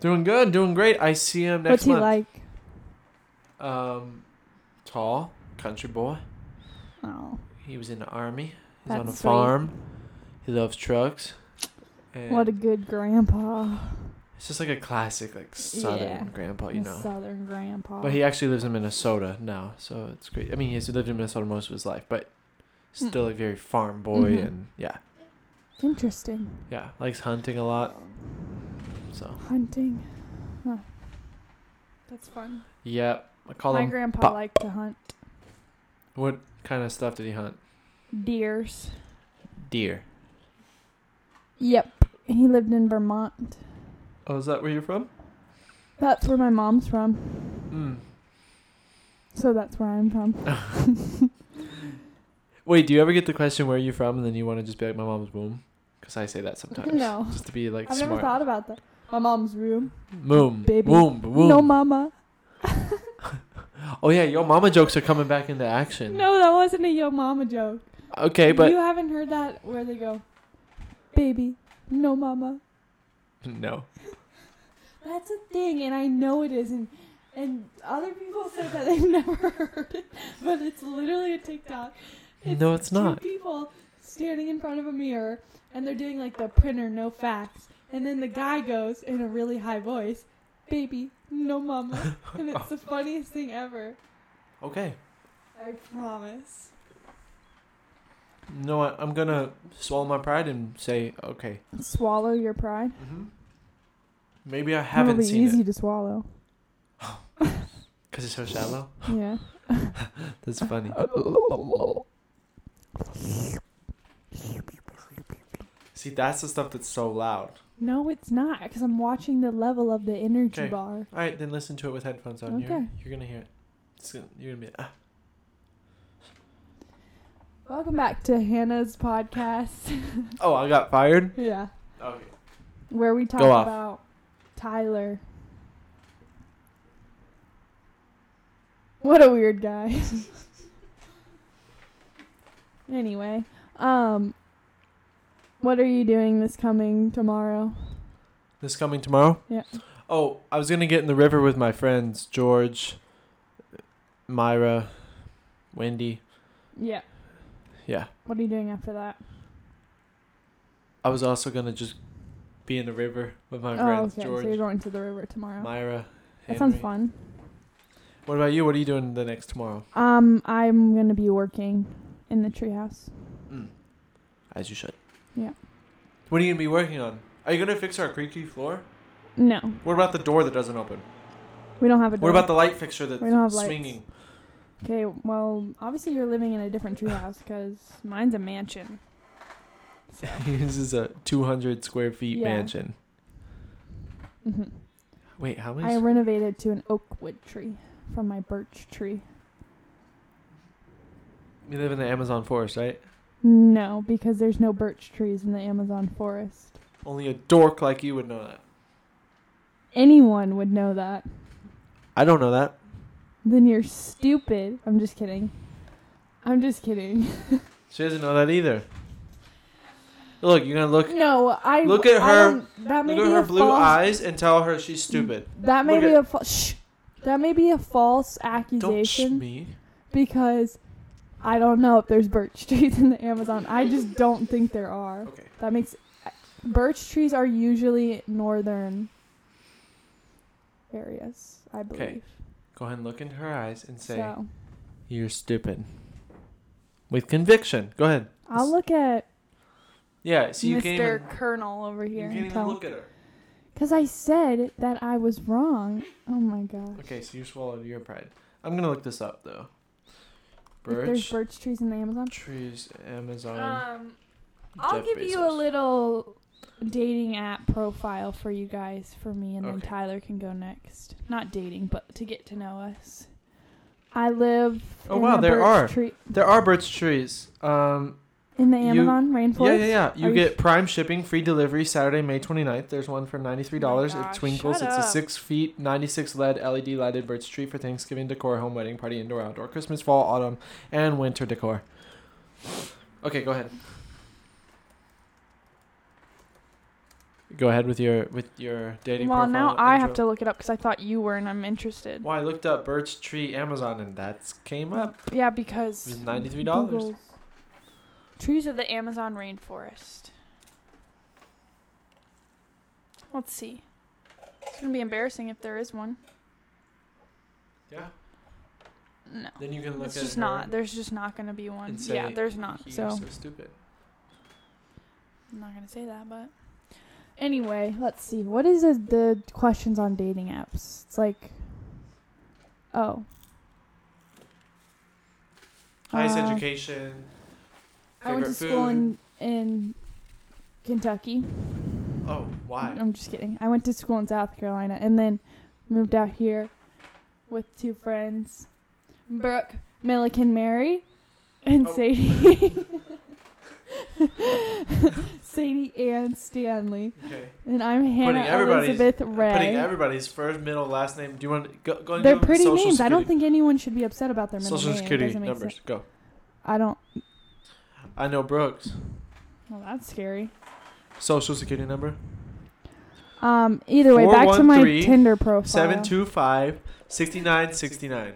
[SPEAKER 1] doing good, doing great. I see him next
[SPEAKER 2] What's he
[SPEAKER 1] month.
[SPEAKER 2] like?
[SPEAKER 1] Um, tall, country boy.
[SPEAKER 2] Oh.
[SPEAKER 1] He was in the army. He's on a
[SPEAKER 2] That's sweet.
[SPEAKER 1] farm. He loves trucks. And
[SPEAKER 2] What a good grandpa.
[SPEAKER 1] it's just like a classic, like southern
[SPEAKER 2] Yeah.
[SPEAKER 1] grandpa,
[SPEAKER 2] A
[SPEAKER 1] you know.
[SPEAKER 2] Southern grandpa.
[SPEAKER 1] But he actually lives in Minnesota now, so it's great. I mean, he's lived in Minnesota most of his life, but
[SPEAKER 2] Hmm.
[SPEAKER 1] still a very farm boy,
[SPEAKER 2] Mhm.
[SPEAKER 1] and yeah,
[SPEAKER 2] Interesting.
[SPEAKER 1] yeah, likes hunting a lot. So
[SPEAKER 2] Hunting. Huh. That's fun.
[SPEAKER 1] yeah, I call
[SPEAKER 2] My
[SPEAKER 1] him.
[SPEAKER 2] grandpa
[SPEAKER 1] Pop.
[SPEAKER 2] liked to hunt
[SPEAKER 1] what kind of stuff did he hunt?
[SPEAKER 2] deers.
[SPEAKER 1] Deer.
[SPEAKER 2] Yep. And he lived in Vermont.
[SPEAKER 1] Oh, is that where you're from?
[SPEAKER 2] That's where my mom's from.
[SPEAKER 1] Mm.
[SPEAKER 2] So that's where I'm from.
[SPEAKER 1] Wait, do you ever get the question where are you from, and then you want to just be like my mom's womb? Because I say that sometimes.
[SPEAKER 2] No.
[SPEAKER 1] Just to be like
[SPEAKER 2] I've
[SPEAKER 1] smart.
[SPEAKER 2] never thought about that. My mom's room.
[SPEAKER 1] Moom.
[SPEAKER 2] Baby.
[SPEAKER 1] Womb. Womb.
[SPEAKER 2] No mama.
[SPEAKER 1] oh yeah, yo mama jokes are coming back into action.
[SPEAKER 2] No, that wasn't a yo mama joke.
[SPEAKER 1] Okay, but
[SPEAKER 2] you haven't heard that where they go, baby, no mama.
[SPEAKER 1] no.
[SPEAKER 2] That's a thing, and I know it is, and and other people say that they've never heard it, but it's literally a TikTok.
[SPEAKER 1] No, it's not.
[SPEAKER 2] Two people standing in front of a mirror, and they're doing like the printer no facts, and then the guy goes in a really high voice, "Baby, no mama," and it's the funniest thing ever.
[SPEAKER 1] Okay.
[SPEAKER 2] I promise.
[SPEAKER 1] You know what? I'm gonna swallow my pride and say okay.
[SPEAKER 2] Swallow your pride.
[SPEAKER 1] Mm-hmm. Maybe I haven't
[SPEAKER 2] Probably
[SPEAKER 1] seen it. 'Cause
[SPEAKER 2] easy
[SPEAKER 1] it
[SPEAKER 2] to swallow.
[SPEAKER 1] because it's so shallow.
[SPEAKER 2] Yeah.
[SPEAKER 1] That's funny.
[SPEAKER 2] Oh.
[SPEAKER 1] See, that's the stuff that's so loud.
[SPEAKER 2] No, it's not, because I'm watching the level of the energy
[SPEAKER 1] Okay.
[SPEAKER 2] bar.
[SPEAKER 1] All right, then listen to it with headphones on. You're,
[SPEAKER 2] Okay.
[SPEAKER 1] you're gonna hear it. It's gonna, you're gonna be ah.
[SPEAKER 2] Welcome back to Hannah's podcast.
[SPEAKER 1] Oh, I got fired.
[SPEAKER 2] yeah,
[SPEAKER 1] Okay.
[SPEAKER 2] where we talk
[SPEAKER 1] Go off.
[SPEAKER 2] about Tyler. What a weird guy. anyway, um, what are you doing this coming tomorrow?
[SPEAKER 1] This coming tomorrow?
[SPEAKER 2] Yeah.
[SPEAKER 1] Oh, I was gonna get in the river with my friends George, Myra, Wendy.
[SPEAKER 2] Yeah.
[SPEAKER 1] Yeah.
[SPEAKER 2] What are you doing after that?
[SPEAKER 1] I was also gonna just be in the river with my
[SPEAKER 2] oh,
[SPEAKER 1] friends
[SPEAKER 2] okay.
[SPEAKER 1] George,
[SPEAKER 2] So you're going to the river tomorrow.
[SPEAKER 1] Myra.
[SPEAKER 2] that sounds
[SPEAKER 1] Henry.
[SPEAKER 2] fun.
[SPEAKER 1] What about you? What are you doing the next tomorrow?
[SPEAKER 2] Um, I'm gonna be working in the treehouse.
[SPEAKER 1] Mm. As you should.
[SPEAKER 2] Yeah.
[SPEAKER 1] What are you gonna be working on? Are you gonna fix our creaky floor?
[SPEAKER 2] No,
[SPEAKER 1] What about the door that doesn't open?
[SPEAKER 2] we don't have a door.
[SPEAKER 1] What about the light fixture that's
[SPEAKER 2] We don't have lights.
[SPEAKER 1] swinging?
[SPEAKER 2] Okay, well, obviously you're living in a different treehouse because mine's a mansion.
[SPEAKER 1] this is a 200 square feet
[SPEAKER 2] Yeah.
[SPEAKER 1] mansion.
[SPEAKER 2] hmm
[SPEAKER 1] Wait, how many?
[SPEAKER 2] I renovated to an oak wood tree from my birch tree.
[SPEAKER 1] you live in the Amazon forest, right?
[SPEAKER 2] No, because there's no birch trees in the Amazon forest.
[SPEAKER 1] Only a dork like you would know that.
[SPEAKER 2] Anyone would know that.
[SPEAKER 1] I don't know that.
[SPEAKER 2] Then you're stupid. I'm just kidding. I'm just kidding.
[SPEAKER 1] She doesn't know that either. Look, you're gonna look
[SPEAKER 2] No, I
[SPEAKER 1] Look at
[SPEAKER 2] I
[SPEAKER 1] her-
[SPEAKER 2] don't- That may
[SPEAKER 1] look at
[SPEAKER 2] be
[SPEAKER 1] her
[SPEAKER 2] a
[SPEAKER 1] blue
[SPEAKER 2] false,
[SPEAKER 1] eyes and tell her she's stupid.
[SPEAKER 2] That may
[SPEAKER 1] Look
[SPEAKER 2] be
[SPEAKER 1] at-
[SPEAKER 2] a fa- shh. That may be a false
[SPEAKER 1] Don't sh-
[SPEAKER 2] accusation
[SPEAKER 1] me.
[SPEAKER 2] because I don't know if there's birch trees in the Amazon. I just don't think there are.
[SPEAKER 1] Okay.
[SPEAKER 2] That makes birch trees are usually northern areas, I believe.
[SPEAKER 1] Go ahead and look into her eyes and say
[SPEAKER 2] So
[SPEAKER 1] you're stupid. With conviction. Go ahead.
[SPEAKER 2] I'll look at
[SPEAKER 1] Yeah. So you
[SPEAKER 3] Mr.
[SPEAKER 1] can't even,
[SPEAKER 3] Colonel over
[SPEAKER 1] you
[SPEAKER 3] here.
[SPEAKER 1] can't even
[SPEAKER 2] tell.
[SPEAKER 1] look at her.
[SPEAKER 2] because I said that I was wrong. Oh my gosh.
[SPEAKER 1] Okay, so you swallowed your pride. I'm gonna look this up though.
[SPEAKER 2] If
[SPEAKER 1] Birch
[SPEAKER 2] there's birch trees in the Amazon.
[SPEAKER 1] trees, Amazon.
[SPEAKER 2] Um, I'll
[SPEAKER 1] Jeff
[SPEAKER 2] give you a
[SPEAKER 1] Bezos.
[SPEAKER 2] little dating app profile for you guys for me, and then
[SPEAKER 1] Okay.
[SPEAKER 2] Tyler can go next. Not dating, but to get to know us. I live.
[SPEAKER 1] Oh,
[SPEAKER 2] in
[SPEAKER 1] wow,
[SPEAKER 2] a
[SPEAKER 1] there
[SPEAKER 2] birch
[SPEAKER 1] are.
[SPEAKER 2] tree-
[SPEAKER 1] there are birch trees. Um,
[SPEAKER 2] in the
[SPEAKER 1] You-
[SPEAKER 2] Amazon
[SPEAKER 1] yeah,
[SPEAKER 2] rainforest.
[SPEAKER 1] yeah, yeah. You
[SPEAKER 2] Are you
[SPEAKER 1] get prime shipping, free delivery Saturday, May 29th. There's one for $93.
[SPEAKER 3] Oh my
[SPEAKER 1] it
[SPEAKER 3] gosh,
[SPEAKER 1] twinkles.
[SPEAKER 3] shut
[SPEAKER 1] It's a
[SPEAKER 3] up.
[SPEAKER 1] six feet, 96 lead LED lighted birch tree for Thanksgiving decor, home, wedding, party, indoor, outdoor, Christmas, fall, autumn, and winter decor. Okay, go ahead. Go ahead with your with your dating.
[SPEAKER 3] Well,
[SPEAKER 1] profile
[SPEAKER 3] now I have
[SPEAKER 1] intro.
[SPEAKER 3] to look it up because I thought you were and I'm interested.
[SPEAKER 1] Well, I looked up birch tree Amazon and that came up.
[SPEAKER 3] Yeah,
[SPEAKER 1] It was
[SPEAKER 3] because
[SPEAKER 1] ninety three dollars.
[SPEAKER 2] Google's-
[SPEAKER 3] trees of the Amazon rainforest. Let's see. It's gonna be embarrassing if there is one.
[SPEAKER 1] Yeah.
[SPEAKER 3] No,
[SPEAKER 1] Then you can look
[SPEAKER 3] it's
[SPEAKER 1] at
[SPEAKER 3] just
[SPEAKER 1] her
[SPEAKER 3] not. There's just not gonna be one.
[SPEAKER 1] and say,
[SPEAKER 3] Yeah, there's not.
[SPEAKER 1] "You're
[SPEAKER 3] So
[SPEAKER 1] stupid.
[SPEAKER 3] I'm not gonna say that, but
[SPEAKER 2] Anyway, let's see. What is the, the questions on dating apps? It's like, oh.
[SPEAKER 1] Highest
[SPEAKER 2] Uh,
[SPEAKER 1] education.
[SPEAKER 2] I went to
[SPEAKER 1] favorite
[SPEAKER 2] school
[SPEAKER 1] food.
[SPEAKER 2] in in Kentucky.
[SPEAKER 1] Oh, why?
[SPEAKER 2] I'm just kidding. I went to school in South Carolina and then moved out here with two friends, Brooke Milliken Mary and
[SPEAKER 1] Oh.
[SPEAKER 2] Sadie. Sadie and Stanley.
[SPEAKER 1] Okay.
[SPEAKER 2] And I'm
[SPEAKER 1] Putting
[SPEAKER 2] Hannah
[SPEAKER 1] everybody's
[SPEAKER 2] Elizabeth
[SPEAKER 1] putting
[SPEAKER 2] Ray.
[SPEAKER 1] everybody's first, middle, last name. Do you want to go, go and
[SPEAKER 2] They're
[SPEAKER 1] give them
[SPEAKER 2] pretty
[SPEAKER 1] social
[SPEAKER 2] names. I don't
[SPEAKER 1] Security-
[SPEAKER 2] think anyone should be upset about their middle
[SPEAKER 1] social
[SPEAKER 2] name. It
[SPEAKER 1] security
[SPEAKER 2] doesn't make
[SPEAKER 1] numbers.
[SPEAKER 2] sense.
[SPEAKER 1] Go.
[SPEAKER 2] I don't.
[SPEAKER 1] I know Brooks.
[SPEAKER 2] Well, that's scary.
[SPEAKER 1] Social security number
[SPEAKER 2] Um. Either way, back to my
[SPEAKER 1] 413
[SPEAKER 2] Tinder profile.
[SPEAKER 1] seven two five sixty nine sixty nine.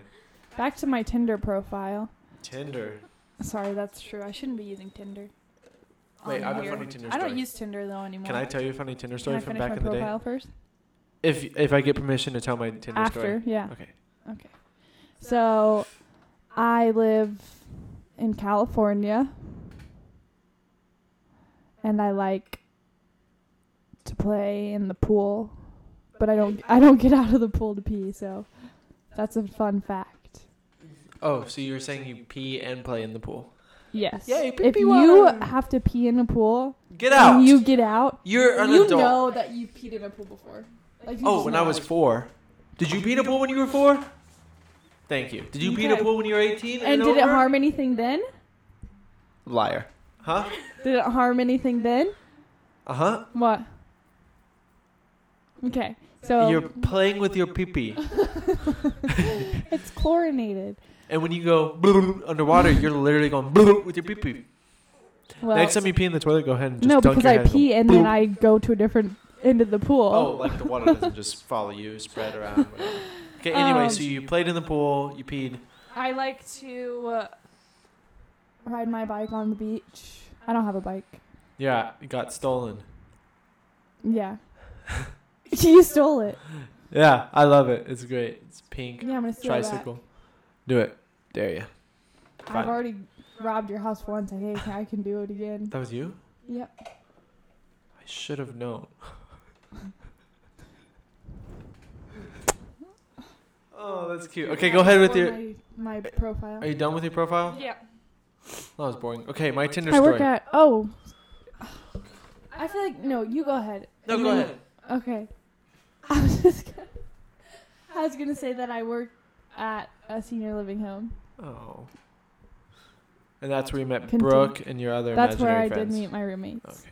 [SPEAKER 2] Back to my Tinder profile.
[SPEAKER 1] Tinder.
[SPEAKER 2] Sorry, that's true. I shouldn't be using Tinder.
[SPEAKER 1] Wait,
[SPEAKER 2] on
[SPEAKER 1] I have a
[SPEAKER 2] here.
[SPEAKER 1] funny Tinder
[SPEAKER 2] I don't
[SPEAKER 1] story.
[SPEAKER 2] use Tinder though anymore.
[SPEAKER 1] Can I tell you a funny Tinder
[SPEAKER 2] Can
[SPEAKER 1] story
[SPEAKER 2] I
[SPEAKER 1] from
[SPEAKER 2] finish
[SPEAKER 1] back
[SPEAKER 2] my
[SPEAKER 1] in the day?
[SPEAKER 2] profile first?
[SPEAKER 1] If if I get permission to tell my Tinder
[SPEAKER 2] After,
[SPEAKER 1] story.
[SPEAKER 2] yeah.
[SPEAKER 1] Okay.
[SPEAKER 2] So, I live in California, and I like to play in the pool, but I don't. I don't get out of the pool to pee. So, that's a fun fact.
[SPEAKER 1] Oh, so you're saying you pee and play in the pool?
[SPEAKER 2] Yes.
[SPEAKER 1] Yay,
[SPEAKER 2] if
[SPEAKER 1] pee-pee
[SPEAKER 2] you
[SPEAKER 1] water.
[SPEAKER 2] have to pee in a pool
[SPEAKER 1] Get out!
[SPEAKER 2] and you get out,
[SPEAKER 1] You, are an
[SPEAKER 2] you
[SPEAKER 1] adult.
[SPEAKER 2] know that you peed in a pool before. Like, you
[SPEAKER 1] Oh,
[SPEAKER 2] just
[SPEAKER 1] when
[SPEAKER 2] know.
[SPEAKER 1] I was four. Did you pee in a pool when you were four? Thank you. Did you pee in a
[SPEAKER 2] Okay.
[SPEAKER 1] pool when you were 18?
[SPEAKER 2] And did it
[SPEAKER 1] over?
[SPEAKER 2] harm anything then?
[SPEAKER 1] Liar. Huh?
[SPEAKER 2] Did it harm anything then?
[SPEAKER 1] Uh huh.
[SPEAKER 2] What? Okay, so
[SPEAKER 1] You're playing with your pee pee.
[SPEAKER 2] it's chlorinated.
[SPEAKER 1] And when you go blub underwater, you're literally going blub with your pee pee.
[SPEAKER 2] Well,
[SPEAKER 1] Next time you pee in the toilet, go ahead and just
[SPEAKER 2] no,
[SPEAKER 1] dunk
[SPEAKER 2] because
[SPEAKER 1] your
[SPEAKER 2] I
[SPEAKER 1] head in
[SPEAKER 2] pee
[SPEAKER 1] the-
[SPEAKER 2] and then I go to a different end of the pool.
[SPEAKER 1] Oh, like the water doesn't just follow you, spread around. Whatever. Okay, anyway,
[SPEAKER 2] Um,
[SPEAKER 1] so you played in the pool, you peed.
[SPEAKER 3] I like to. Uh,
[SPEAKER 1] Oh.
[SPEAKER 2] Ride my bike on the beach. I don't have a bike.
[SPEAKER 1] Yeah, it got stolen.
[SPEAKER 2] Yeah. you stole it.
[SPEAKER 1] Yeah, I love it. It's great. It's pink.
[SPEAKER 2] Yeah, I'm gonna steal that.
[SPEAKER 1] Tricycle. Do it. Dare you.
[SPEAKER 2] I've
[SPEAKER 1] Fine.
[SPEAKER 2] already robbed your house once. I think I can do it again.
[SPEAKER 1] That was you?
[SPEAKER 2] Yep.
[SPEAKER 1] I should have known. oh, that's cute. Okay, go ahead with your.
[SPEAKER 2] My, my profile.
[SPEAKER 1] Are you done with your profile?
[SPEAKER 3] Yeah.
[SPEAKER 1] That was boring. Okay, my Tinder
[SPEAKER 2] I work
[SPEAKER 1] story.
[SPEAKER 2] at. Oh. I feel like no. You go ahead.
[SPEAKER 1] No, go ahead.
[SPEAKER 2] Okay. I was just. Gonna, I was gonna say that I work at a senior living home.
[SPEAKER 1] Oh. And that's where you met
[SPEAKER 2] Continue.
[SPEAKER 1] Brooke and your other
[SPEAKER 2] That's where
[SPEAKER 1] imaginary
[SPEAKER 2] I
[SPEAKER 1] friends.
[SPEAKER 2] did meet my roommates.
[SPEAKER 1] Okay.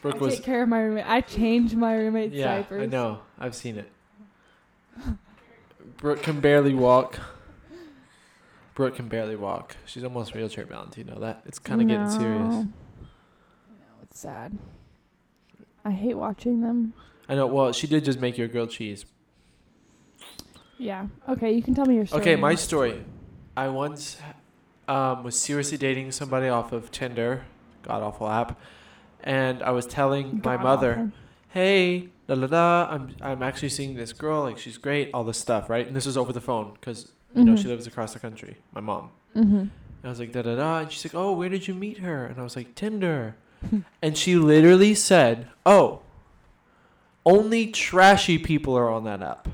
[SPEAKER 1] Brooke
[SPEAKER 2] I
[SPEAKER 1] was.
[SPEAKER 2] take care of my roommate. I change my roommate's
[SPEAKER 1] yeah,
[SPEAKER 2] diapers.
[SPEAKER 1] I know. I've seen it. Brooke can barely walk. Brooke can barely walk. She's almost wheelchair bound. You know that? It's kind of getting serious.
[SPEAKER 2] No. No, it's sad. I hate watching them.
[SPEAKER 1] I know. Well, she did just make your grilled cheese.
[SPEAKER 2] Yeah. Okay, you can tell me your story.
[SPEAKER 1] Okay, my
[SPEAKER 2] now.
[SPEAKER 1] story. I once um, was seriously dating somebody off of Tinder, god awful app, and I was telling my
[SPEAKER 2] God
[SPEAKER 1] mother.
[SPEAKER 2] awful.
[SPEAKER 1] hey, da da da, I'm I'm actually seeing this girl, like she's great, all this stuff, right? And this is over the phone because you know
[SPEAKER 2] Mhm.
[SPEAKER 1] she lives across the country, my mom.
[SPEAKER 2] Mhm.
[SPEAKER 1] And I was like da da da, and she's like, oh, where did you meet her? And I was like Tinder, and she literally said, oh, only trashy people are on that app.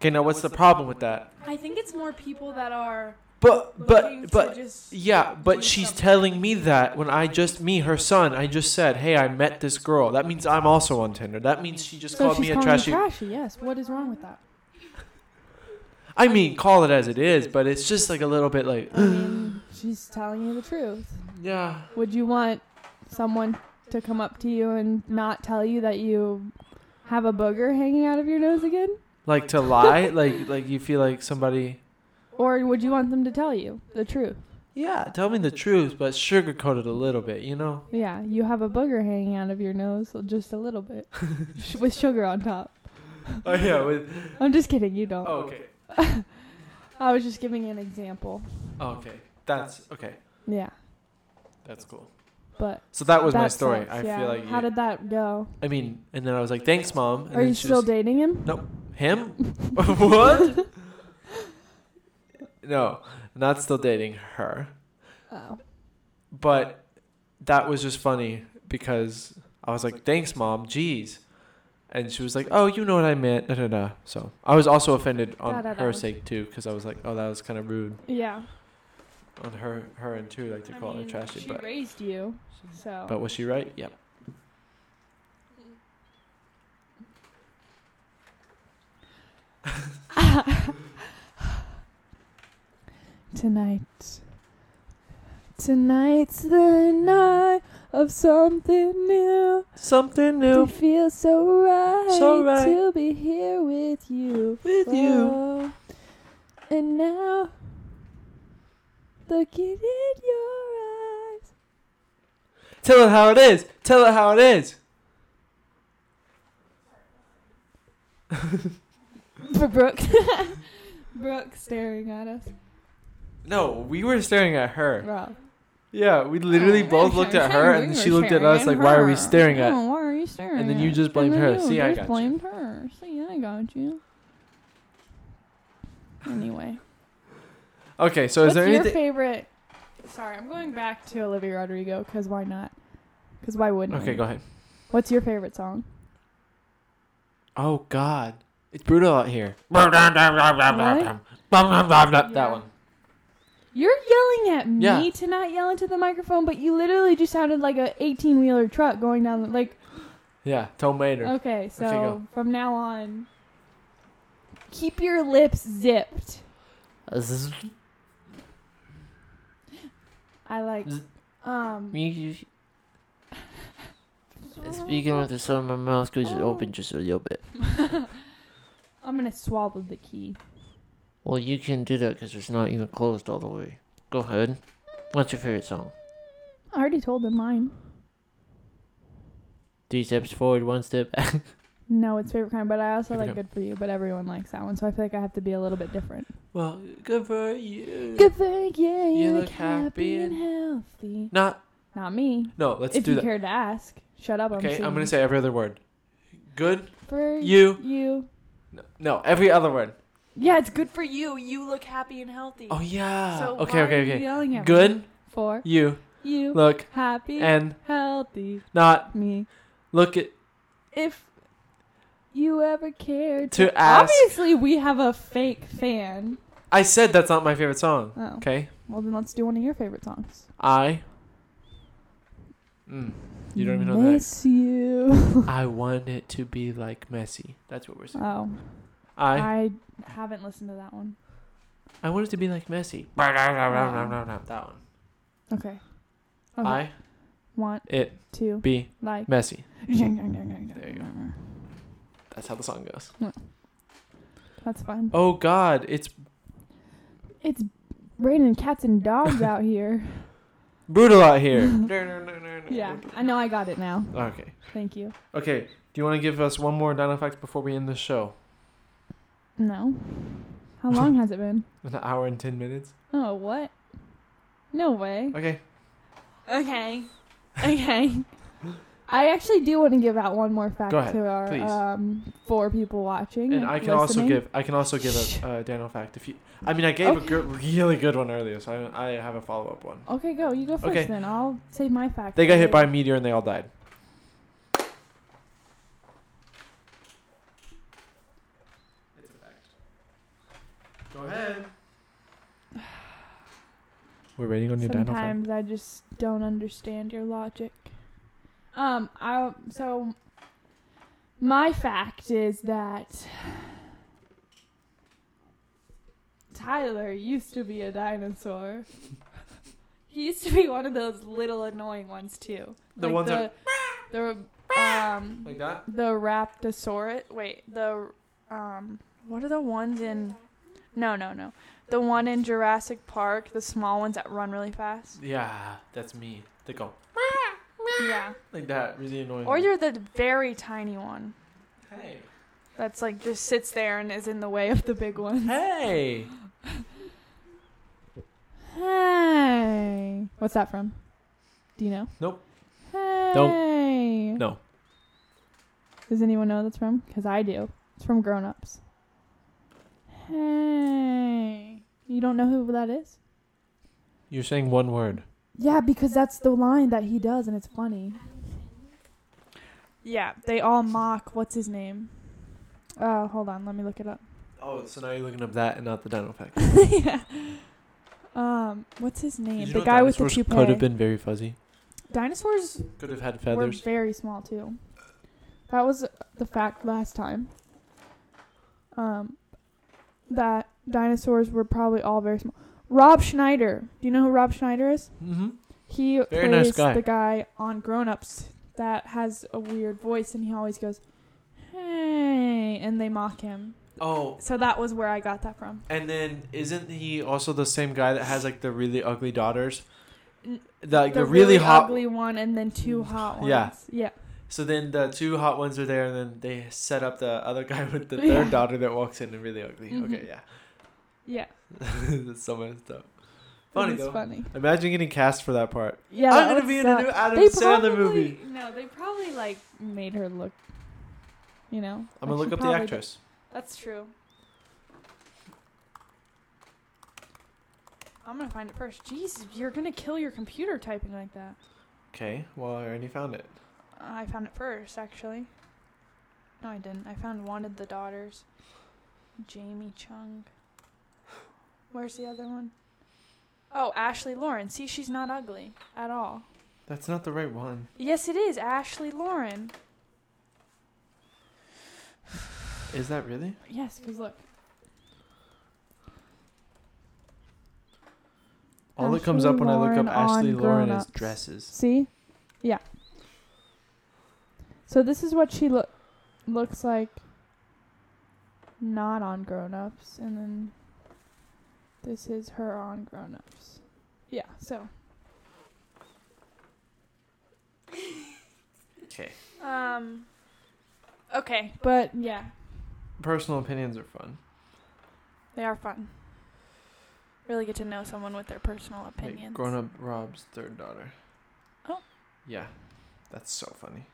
[SPEAKER 1] Okay, now what's the problem with that?
[SPEAKER 3] I think it's more people that are
[SPEAKER 1] But but
[SPEAKER 3] looking to
[SPEAKER 1] but
[SPEAKER 3] just
[SPEAKER 1] yeah,
[SPEAKER 3] do
[SPEAKER 1] but she's
[SPEAKER 3] something.
[SPEAKER 1] telling me that when I just me, her son, I just said, "Hey, I met this girl." That means I'm also on Tinder. That means she just
[SPEAKER 2] So
[SPEAKER 1] called
[SPEAKER 2] she's
[SPEAKER 1] me a
[SPEAKER 2] calling
[SPEAKER 1] trashy.
[SPEAKER 2] you trashy. Yes. What is wrong with that?
[SPEAKER 1] I mean, call it as it is, but it's just like a little bit like,
[SPEAKER 2] I mean, she's telling you the truth.
[SPEAKER 1] yeah.
[SPEAKER 2] Would you want someone to come up to you and not tell you that you have a booger hanging out of your nose again?
[SPEAKER 1] Like to lie, like like you feel like somebody.
[SPEAKER 2] Or would you want them to tell you the truth?
[SPEAKER 1] Yeah, tell me the truth, but sugarcoat it a little bit, you know.
[SPEAKER 2] Yeah, you have a booger hanging out of your nose just a little bit sh- with sugar on top.
[SPEAKER 1] Oh yeah. With,
[SPEAKER 2] I'm just kidding, you don't.
[SPEAKER 1] oh okay.
[SPEAKER 2] I was just giving an example.
[SPEAKER 1] Oh, okay. That's okay.
[SPEAKER 2] Yeah,
[SPEAKER 1] That's cool.
[SPEAKER 2] but
[SPEAKER 1] So that was my
[SPEAKER 2] that
[SPEAKER 1] story.
[SPEAKER 2] sucks,
[SPEAKER 1] I
[SPEAKER 2] yeah.
[SPEAKER 1] feel like.
[SPEAKER 2] How
[SPEAKER 1] you-
[SPEAKER 2] did that go?
[SPEAKER 1] I mean, and then I was like, "Thanks, mom." And
[SPEAKER 2] Are
[SPEAKER 1] then
[SPEAKER 2] you
[SPEAKER 1] she
[SPEAKER 2] still
[SPEAKER 1] was-
[SPEAKER 2] dating him?
[SPEAKER 1] Him? what? no, not still dating her.
[SPEAKER 2] Oh,
[SPEAKER 1] But that was just funny because I was like, "Thanks, mom. Jeez." And she was like, "Oh, you know what I meant." Da, da, da. So I was also offended on
[SPEAKER 2] Da, da,
[SPEAKER 1] her
[SPEAKER 2] da.
[SPEAKER 1] sake too, because I was like, "Oh, that was kind of rude
[SPEAKER 2] yeah.
[SPEAKER 1] on her, her and too, like to
[SPEAKER 3] I
[SPEAKER 1] call
[SPEAKER 3] mean,
[SPEAKER 1] her trashy."
[SPEAKER 2] She
[SPEAKER 1] But
[SPEAKER 2] raised you, so.
[SPEAKER 1] but was she right? Yep.
[SPEAKER 2] Tonight. Tonight's the night of something new.
[SPEAKER 1] Something
[SPEAKER 2] It
[SPEAKER 1] new
[SPEAKER 2] feels so right,
[SPEAKER 1] So right.
[SPEAKER 2] to be here with you.
[SPEAKER 1] with you.
[SPEAKER 2] Oh. And now, looking in your eyes.
[SPEAKER 1] Tell it how it is. Tell it how it is.
[SPEAKER 2] For Brooke. Brooke staring at us.
[SPEAKER 1] No, we were staring at her.
[SPEAKER 2] Wow.
[SPEAKER 1] Yeah, we literally
[SPEAKER 2] Oh.
[SPEAKER 1] both looked at her, and she looked at us like, "Why are we staring at?"
[SPEAKER 2] Oh, why are you staring
[SPEAKER 1] And then you
[SPEAKER 2] at-
[SPEAKER 1] just blamed
[SPEAKER 2] and then
[SPEAKER 1] her.
[SPEAKER 2] you
[SPEAKER 1] See, I
[SPEAKER 2] just
[SPEAKER 1] got you.
[SPEAKER 2] blamed her. See, I got you. Anyway.
[SPEAKER 1] Okay, so is
[SPEAKER 2] What's
[SPEAKER 1] there
[SPEAKER 2] your
[SPEAKER 1] anything?
[SPEAKER 2] favorite? Sorry, I'm going back to Olivia Rodrigo because why not? Because why wouldn't?
[SPEAKER 1] Okay,
[SPEAKER 2] we?
[SPEAKER 1] go ahead.
[SPEAKER 2] What's your favorite song?
[SPEAKER 1] Oh God, it's brutal out here.
[SPEAKER 2] Yeah.
[SPEAKER 1] That one.
[SPEAKER 2] You're yelling at me
[SPEAKER 1] Yeah.
[SPEAKER 2] to not yell into the microphone, but you literally just sounded like a 18 wheeler truck going down. The, like,
[SPEAKER 1] Yeah, Tom Mater.
[SPEAKER 2] okay, so
[SPEAKER 1] go.
[SPEAKER 2] from now on, keep your lips zipped. I like.
[SPEAKER 4] Z-
[SPEAKER 2] Um.
[SPEAKER 4] Me speaking with the side of my mouth squeezed open just a little bit.
[SPEAKER 2] I'm gonna swallow the key.
[SPEAKER 4] Well, you can do that because it's not even closed all the way. Go ahead. What's your favorite song?
[SPEAKER 2] I already told him mine.
[SPEAKER 4] Three steps forward, one step back.
[SPEAKER 2] No, it's favorite kind, but I also
[SPEAKER 1] Favorite
[SPEAKER 2] like
[SPEAKER 1] kind.
[SPEAKER 2] Good for You, but everyone likes that one, so I feel like I have to be a little bit different.
[SPEAKER 1] Well, good for you.
[SPEAKER 2] Good for you, you,
[SPEAKER 1] look
[SPEAKER 2] look
[SPEAKER 1] happy
[SPEAKER 2] happy and healthy.
[SPEAKER 1] Not.
[SPEAKER 2] Not me.
[SPEAKER 1] No, let's
[SPEAKER 2] if
[SPEAKER 1] do
[SPEAKER 2] you
[SPEAKER 1] that.
[SPEAKER 2] care to ask, shut up.
[SPEAKER 1] Okay, I'm gonna
[SPEAKER 2] singing.
[SPEAKER 1] say every other word. Good.
[SPEAKER 2] for
[SPEAKER 1] You.
[SPEAKER 2] you.
[SPEAKER 1] No, every other word.
[SPEAKER 3] Yeah, it's good for you. You look happy and healthy.
[SPEAKER 1] Oh yeah.
[SPEAKER 2] So
[SPEAKER 1] okay,
[SPEAKER 2] why Are you
[SPEAKER 1] okay,
[SPEAKER 2] yelling
[SPEAKER 1] okay.
[SPEAKER 2] at Me
[SPEAKER 1] Good.
[SPEAKER 2] for
[SPEAKER 1] You
[SPEAKER 2] you
[SPEAKER 1] look
[SPEAKER 2] happy
[SPEAKER 1] and
[SPEAKER 2] healthy
[SPEAKER 1] not
[SPEAKER 2] me.
[SPEAKER 1] look at
[SPEAKER 2] If you ever cared
[SPEAKER 1] To ask-
[SPEAKER 2] Obviously, we have a fake fan.
[SPEAKER 1] I said that's not my favorite song.
[SPEAKER 2] Oh,
[SPEAKER 1] Okay.
[SPEAKER 2] well then let's do one of your favorite songs.
[SPEAKER 1] I mm, You don't even know that.
[SPEAKER 2] Miss you.
[SPEAKER 1] I want it to be like Messi. That's what we're saying.
[SPEAKER 2] oh,
[SPEAKER 1] I
[SPEAKER 2] I haven't listened to that one.
[SPEAKER 1] I want it to be like Messi. That one.
[SPEAKER 2] Okay. okay.
[SPEAKER 1] I
[SPEAKER 2] want
[SPEAKER 1] it
[SPEAKER 2] to
[SPEAKER 1] be
[SPEAKER 2] like.
[SPEAKER 1] Messi.
[SPEAKER 2] there
[SPEAKER 1] you That's how the song goes.
[SPEAKER 2] That's fine.
[SPEAKER 1] Oh God, it's
[SPEAKER 2] It's raiding cats and dogs out here.
[SPEAKER 1] brutal out here.
[SPEAKER 2] Yeah, I know I got it now.
[SPEAKER 1] Okay.
[SPEAKER 2] Thank you.
[SPEAKER 1] Okay. Do you want to give us one more Dino fact before we end the show?
[SPEAKER 2] No. How long has it been?
[SPEAKER 1] An hour and ten minutes.
[SPEAKER 2] Oh, what? No way.
[SPEAKER 1] Okay.
[SPEAKER 3] Okay. Okay.
[SPEAKER 2] I actually do want to give out one more fact
[SPEAKER 1] Go ahead,
[SPEAKER 2] to our
[SPEAKER 1] please.
[SPEAKER 2] um, four people watching.
[SPEAKER 1] And I can also
[SPEAKER 2] listening.
[SPEAKER 1] give I can also give a uh, Dino fact if you. I mean, I gave a good, really good one earlier, so I, I have a follow up one.
[SPEAKER 2] Okay, go. You go first
[SPEAKER 1] Okay.
[SPEAKER 2] then. I'll save my fact.
[SPEAKER 1] They
[SPEAKER 2] for
[SPEAKER 1] got hit by a
[SPEAKER 2] later.
[SPEAKER 1] meteor and they all died. It's a fact. Go ahead. We're waiting on your Dino fact.
[SPEAKER 2] Sometimes I just don't understand your logic. Um, I so my fact is that Tyler used to be a dinosaur. he used to be one of those little annoying ones too.
[SPEAKER 1] The ones that-
[SPEAKER 2] the, the um
[SPEAKER 1] Like that?
[SPEAKER 2] the Raptosaurus. Wait, the um, what are the ones in? No, no, no. The one in Jurassic Park, the small ones that run really fast.
[SPEAKER 1] Yeah, that's me. They go
[SPEAKER 2] Yeah.
[SPEAKER 1] like that, really annoying.
[SPEAKER 2] Or you're the very tiny one
[SPEAKER 1] hey,
[SPEAKER 2] that's like just sits there and is in the way of the big one.
[SPEAKER 1] hey.
[SPEAKER 2] Hey. What's that from? Do you know?
[SPEAKER 1] Nope.
[SPEAKER 2] Hey.
[SPEAKER 1] No.
[SPEAKER 2] Does anyone know what that's from? Because I do. It's from Grown Ups. Hey. You don't know who that is?
[SPEAKER 1] You're saying one word.
[SPEAKER 2] Yeah, because that's the line that he does, and it's funny. Yeah, they all mock. What's his name? Uh, hold on, let me look it up.
[SPEAKER 1] Oh, so now you're looking up that and not the Dino fact.
[SPEAKER 2] yeah. Um, what's his name? The guy with the toupee.
[SPEAKER 1] could have been very fuzzy.
[SPEAKER 2] Dinosaurs
[SPEAKER 1] Could have had
[SPEAKER 2] were
[SPEAKER 1] feathers.
[SPEAKER 2] very small too. That was the fact last time. Um, that dinosaurs were probably all very small. Rob Schneider. Do you know who Rob Schneider is?
[SPEAKER 1] mm-hmm.
[SPEAKER 2] He
[SPEAKER 1] Very
[SPEAKER 2] plays
[SPEAKER 1] nice guy.
[SPEAKER 2] the guy on Grown Ups that has a weird voice, and he always goes, "Hey," and they mock him.
[SPEAKER 1] Oh,
[SPEAKER 2] So that was where I got that from.
[SPEAKER 1] and then isn't he also the same guy that has like the really ugly daughters?
[SPEAKER 2] N-
[SPEAKER 1] The, like the, really, hot. Mm,
[SPEAKER 2] ugly one, and then two hot ones.
[SPEAKER 1] Yeah.
[SPEAKER 2] yeah.
[SPEAKER 1] So then the two hot ones are there, and then they set up the other guy with the third
[SPEAKER 2] Yeah.
[SPEAKER 1] daughter that walks in and really ugly.
[SPEAKER 2] Mhm.
[SPEAKER 1] Okay, yeah,
[SPEAKER 2] Yeah,
[SPEAKER 1] that's so messed up. Funny
[SPEAKER 2] it's
[SPEAKER 1] though.
[SPEAKER 2] funny.
[SPEAKER 1] Imagine getting cast for that part.
[SPEAKER 2] Yeah,
[SPEAKER 1] I'm
[SPEAKER 2] that
[SPEAKER 1] gonna
[SPEAKER 2] would
[SPEAKER 1] be in a
[SPEAKER 2] suck.
[SPEAKER 1] new Adam
[SPEAKER 2] They
[SPEAKER 1] Sandler
[SPEAKER 2] probably-
[SPEAKER 1] movie.
[SPEAKER 2] No, they probably like made her look. You know,
[SPEAKER 1] I'm gonna look
[SPEAKER 2] like, she
[SPEAKER 1] up the
[SPEAKER 2] probably-
[SPEAKER 1] actress.
[SPEAKER 2] That's true. I'm gonna find it first. Jeez, you're gonna kill your computer typing like that.
[SPEAKER 1] Okay, well I already found it.
[SPEAKER 2] I found it first, actually. No, I didn't. I found Wanted the Daughters. Jamie Chung. Where's the other one? Oh, Ashley Lauren. See, she's not ugly at all.
[SPEAKER 1] That's not the right one.
[SPEAKER 2] Yes, it is. Ashley Lauren.
[SPEAKER 1] Is that really?
[SPEAKER 2] Yes, because look.
[SPEAKER 1] All that comes up when I look
[SPEAKER 2] Ashley
[SPEAKER 1] up Ashley
[SPEAKER 2] Lauren on
[SPEAKER 1] Lauren
[SPEAKER 2] Grown
[SPEAKER 1] is
[SPEAKER 2] Ups.
[SPEAKER 1] dresses.
[SPEAKER 2] See? Yeah. So this is what she lo- looks like not on grown ups and then this is her on grown ups. Yeah, so
[SPEAKER 1] Okay.
[SPEAKER 2] um okay, but yeah,
[SPEAKER 1] Personal opinions are fun.
[SPEAKER 2] they are fun. Really get to know someone with their personal
[SPEAKER 1] Like
[SPEAKER 2] opinions.
[SPEAKER 1] grown up Rob's third daughter.
[SPEAKER 2] Oh.
[SPEAKER 1] Yeah, that's so funny.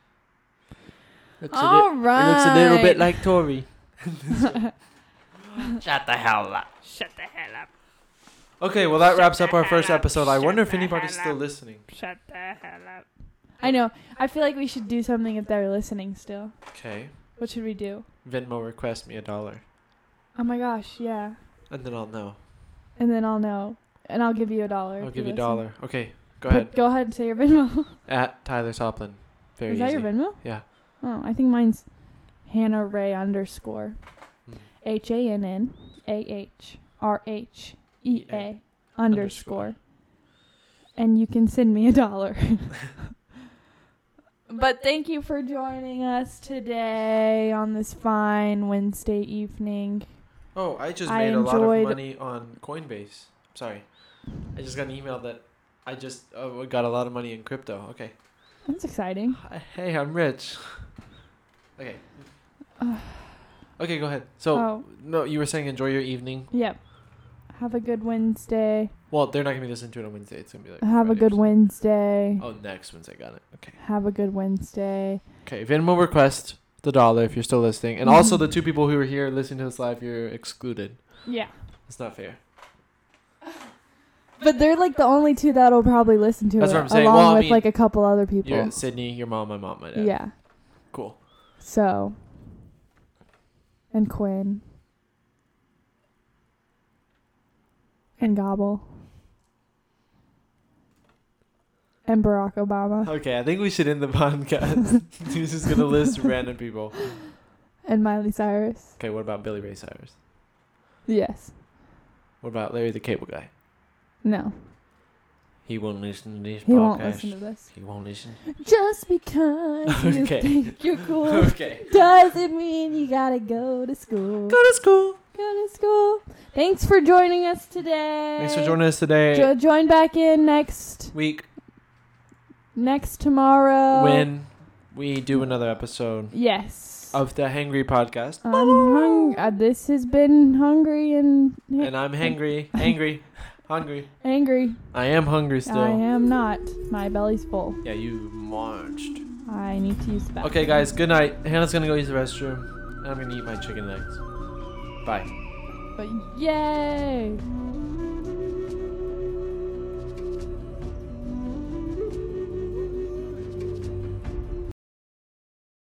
[SPEAKER 2] All right.
[SPEAKER 1] like Tori.
[SPEAKER 4] Shut the hell up.
[SPEAKER 5] Shut the hell up.
[SPEAKER 1] Okay, well that
[SPEAKER 5] Shut
[SPEAKER 1] wraps
[SPEAKER 5] the
[SPEAKER 1] up our
[SPEAKER 5] hell
[SPEAKER 1] first
[SPEAKER 5] up.
[SPEAKER 1] episode. I
[SPEAKER 5] Shut
[SPEAKER 1] wonder if
[SPEAKER 5] the
[SPEAKER 1] anybody's
[SPEAKER 5] hell
[SPEAKER 1] still
[SPEAKER 5] up.
[SPEAKER 1] listening.
[SPEAKER 5] Shut the hell up.
[SPEAKER 2] I know. I feel like we should do something if they're listening still.
[SPEAKER 1] Okay.
[SPEAKER 2] What should we do?
[SPEAKER 1] Venmo request me a dollar,
[SPEAKER 2] Oh my gosh, yeah.
[SPEAKER 1] and then I'll know.
[SPEAKER 2] And then I'll know. And I'll give you a dollar.
[SPEAKER 1] I'll
[SPEAKER 2] if you
[SPEAKER 1] give you a
[SPEAKER 2] listen.
[SPEAKER 1] dollar. Okay, go
[SPEAKER 2] But
[SPEAKER 1] ahead.
[SPEAKER 2] Go ahead and say your Venmo.
[SPEAKER 1] At Tyler Soplin. Very
[SPEAKER 2] Is
[SPEAKER 1] easy.
[SPEAKER 2] that your Venmo?
[SPEAKER 1] Yeah.
[SPEAKER 2] Oh, I think mine's Hannah Ray underscore
[SPEAKER 1] Hmm.
[SPEAKER 2] H A N N A H R H E A
[SPEAKER 1] Underscore.
[SPEAKER 2] underscore. And you can send me a dollar. but thank you for joining us today on this fine Wednesday evening.
[SPEAKER 1] Oh, I just
[SPEAKER 2] I
[SPEAKER 1] made a lot of
[SPEAKER 2] enjoyed-
[SPEAKER 1] money on Coinbase. Sorry, I just got an email that I just uh, got a lot of money in crypto. Okay.
[SPEAKER 2] That's exciting.
[SPEAKER 1] Hey, I'm rich. okay. Okay, go ahead. So,
[SPEAKER 2] Oh.
[SPEAKER 1] no, you were saying enjoy your evening.
[SPEAKER 2] Yep. Have a good Wednesday.
[SPEAKER 1] Well, they're not gonna be listening to it on Wednesday. It's gonna be like.
[SPEAKER 2] Have a
[SPEAKER 1] Friday or
[SPEAKER 2] good
[SPEAKER 1] something.
[SPEAKER 2] Wednesday.
[SPEAKER 1] Oh, next Wednesday. Got it. Okay.
[SPEAKER 2] Have a good Wednesday.
[SPEAKER 1] Okay. Venmo request the dollar if you're still listening, and also
[SPEAKER 2] Mhm.
[SPEAKER 1] the two people who are here listening to this live, you're excluded.
[SPEAKER 2] Yeah.
[SPEAKER 1] It's not fair.
[SPEAKER 2] But they're like the only two that'll probably listen to
[SPEAKER 1] That's
[SPEAKER 2] it,
[SPEAKER 1] what I'm saying.
[SPEAKER 2] along
[SPEAKER 1] Well, I
[SPEAKER 2] with
[SPEAKER 1] mean,
[SPEAKER 2] like a couple other people.
[SPEAKER 1] You're Sydney, your mom, my mom, my dad.
[SPEAKER 2] Yeah.
[SPEAKER 1] Cool.
[SPEAKER 2] So. And Quinn. And Gobble. And Barack Obama.
[SPEAKER 1] Okay, I think we should end the podcast. He's just gonna list random people.
[SPEAKER 2] And Miley Cyrus.
[SPEAKER 1] Okay, what about Billy Ray Cyrus?
[SPEAKER 2] Yes.
[SPEAKER 1] What about Larry the Cable Guy?
[SPEAKER 2] No.
[SPEAKER 4] He won't listen to this
[SPEAKER 2] He
[SPEAKER 4] podcast.
[SPEAKER 2] won't listen to this.
[SPEAKER 4] He won't listen.
[SPEAKER 2] Just because you
[SPEAKER 1] Okay.
[SPEAKER 2] think you're cool
[SPEAKER 1] Okay.
[SPEAKER 2] doesn't mean you gotta go to school.
[SPEAKER 1] Go to school.
[SPEAKER 2] Go to school. Thanks for joining us today.
[SPEAKER 1] Thanks for joining us today.
[SPEAKER 2] Jo- join back in next
[SPEAKER 1] Week
[SPEAKER 2] next tomorrow.
[SPEAKER 1] when we do another episode
[SPEAKER 2] Yes.
[SPEAKER 1] of the Hangry Podcast.
[SPEAKER 2] I'm hung- uh, this has been hungry and
[SPEAKER 1] And I'm hangry, hangry, hungry.
[SPEAKER 2] angry.
[SPEAKER 1] I am hungry still.
[SPEAKER 2] I am not. My belly's full.
[SPEAKER 1] Yeah, you marched.
[SPEAKER 2] I need to use the bathroom.
[SPEAKER 1] Okay, guys. Good night. Hannah's gonna go use the restroom, and I'm gonna eat my chicken legs. Bye.
[SPEAKER 2] But yay.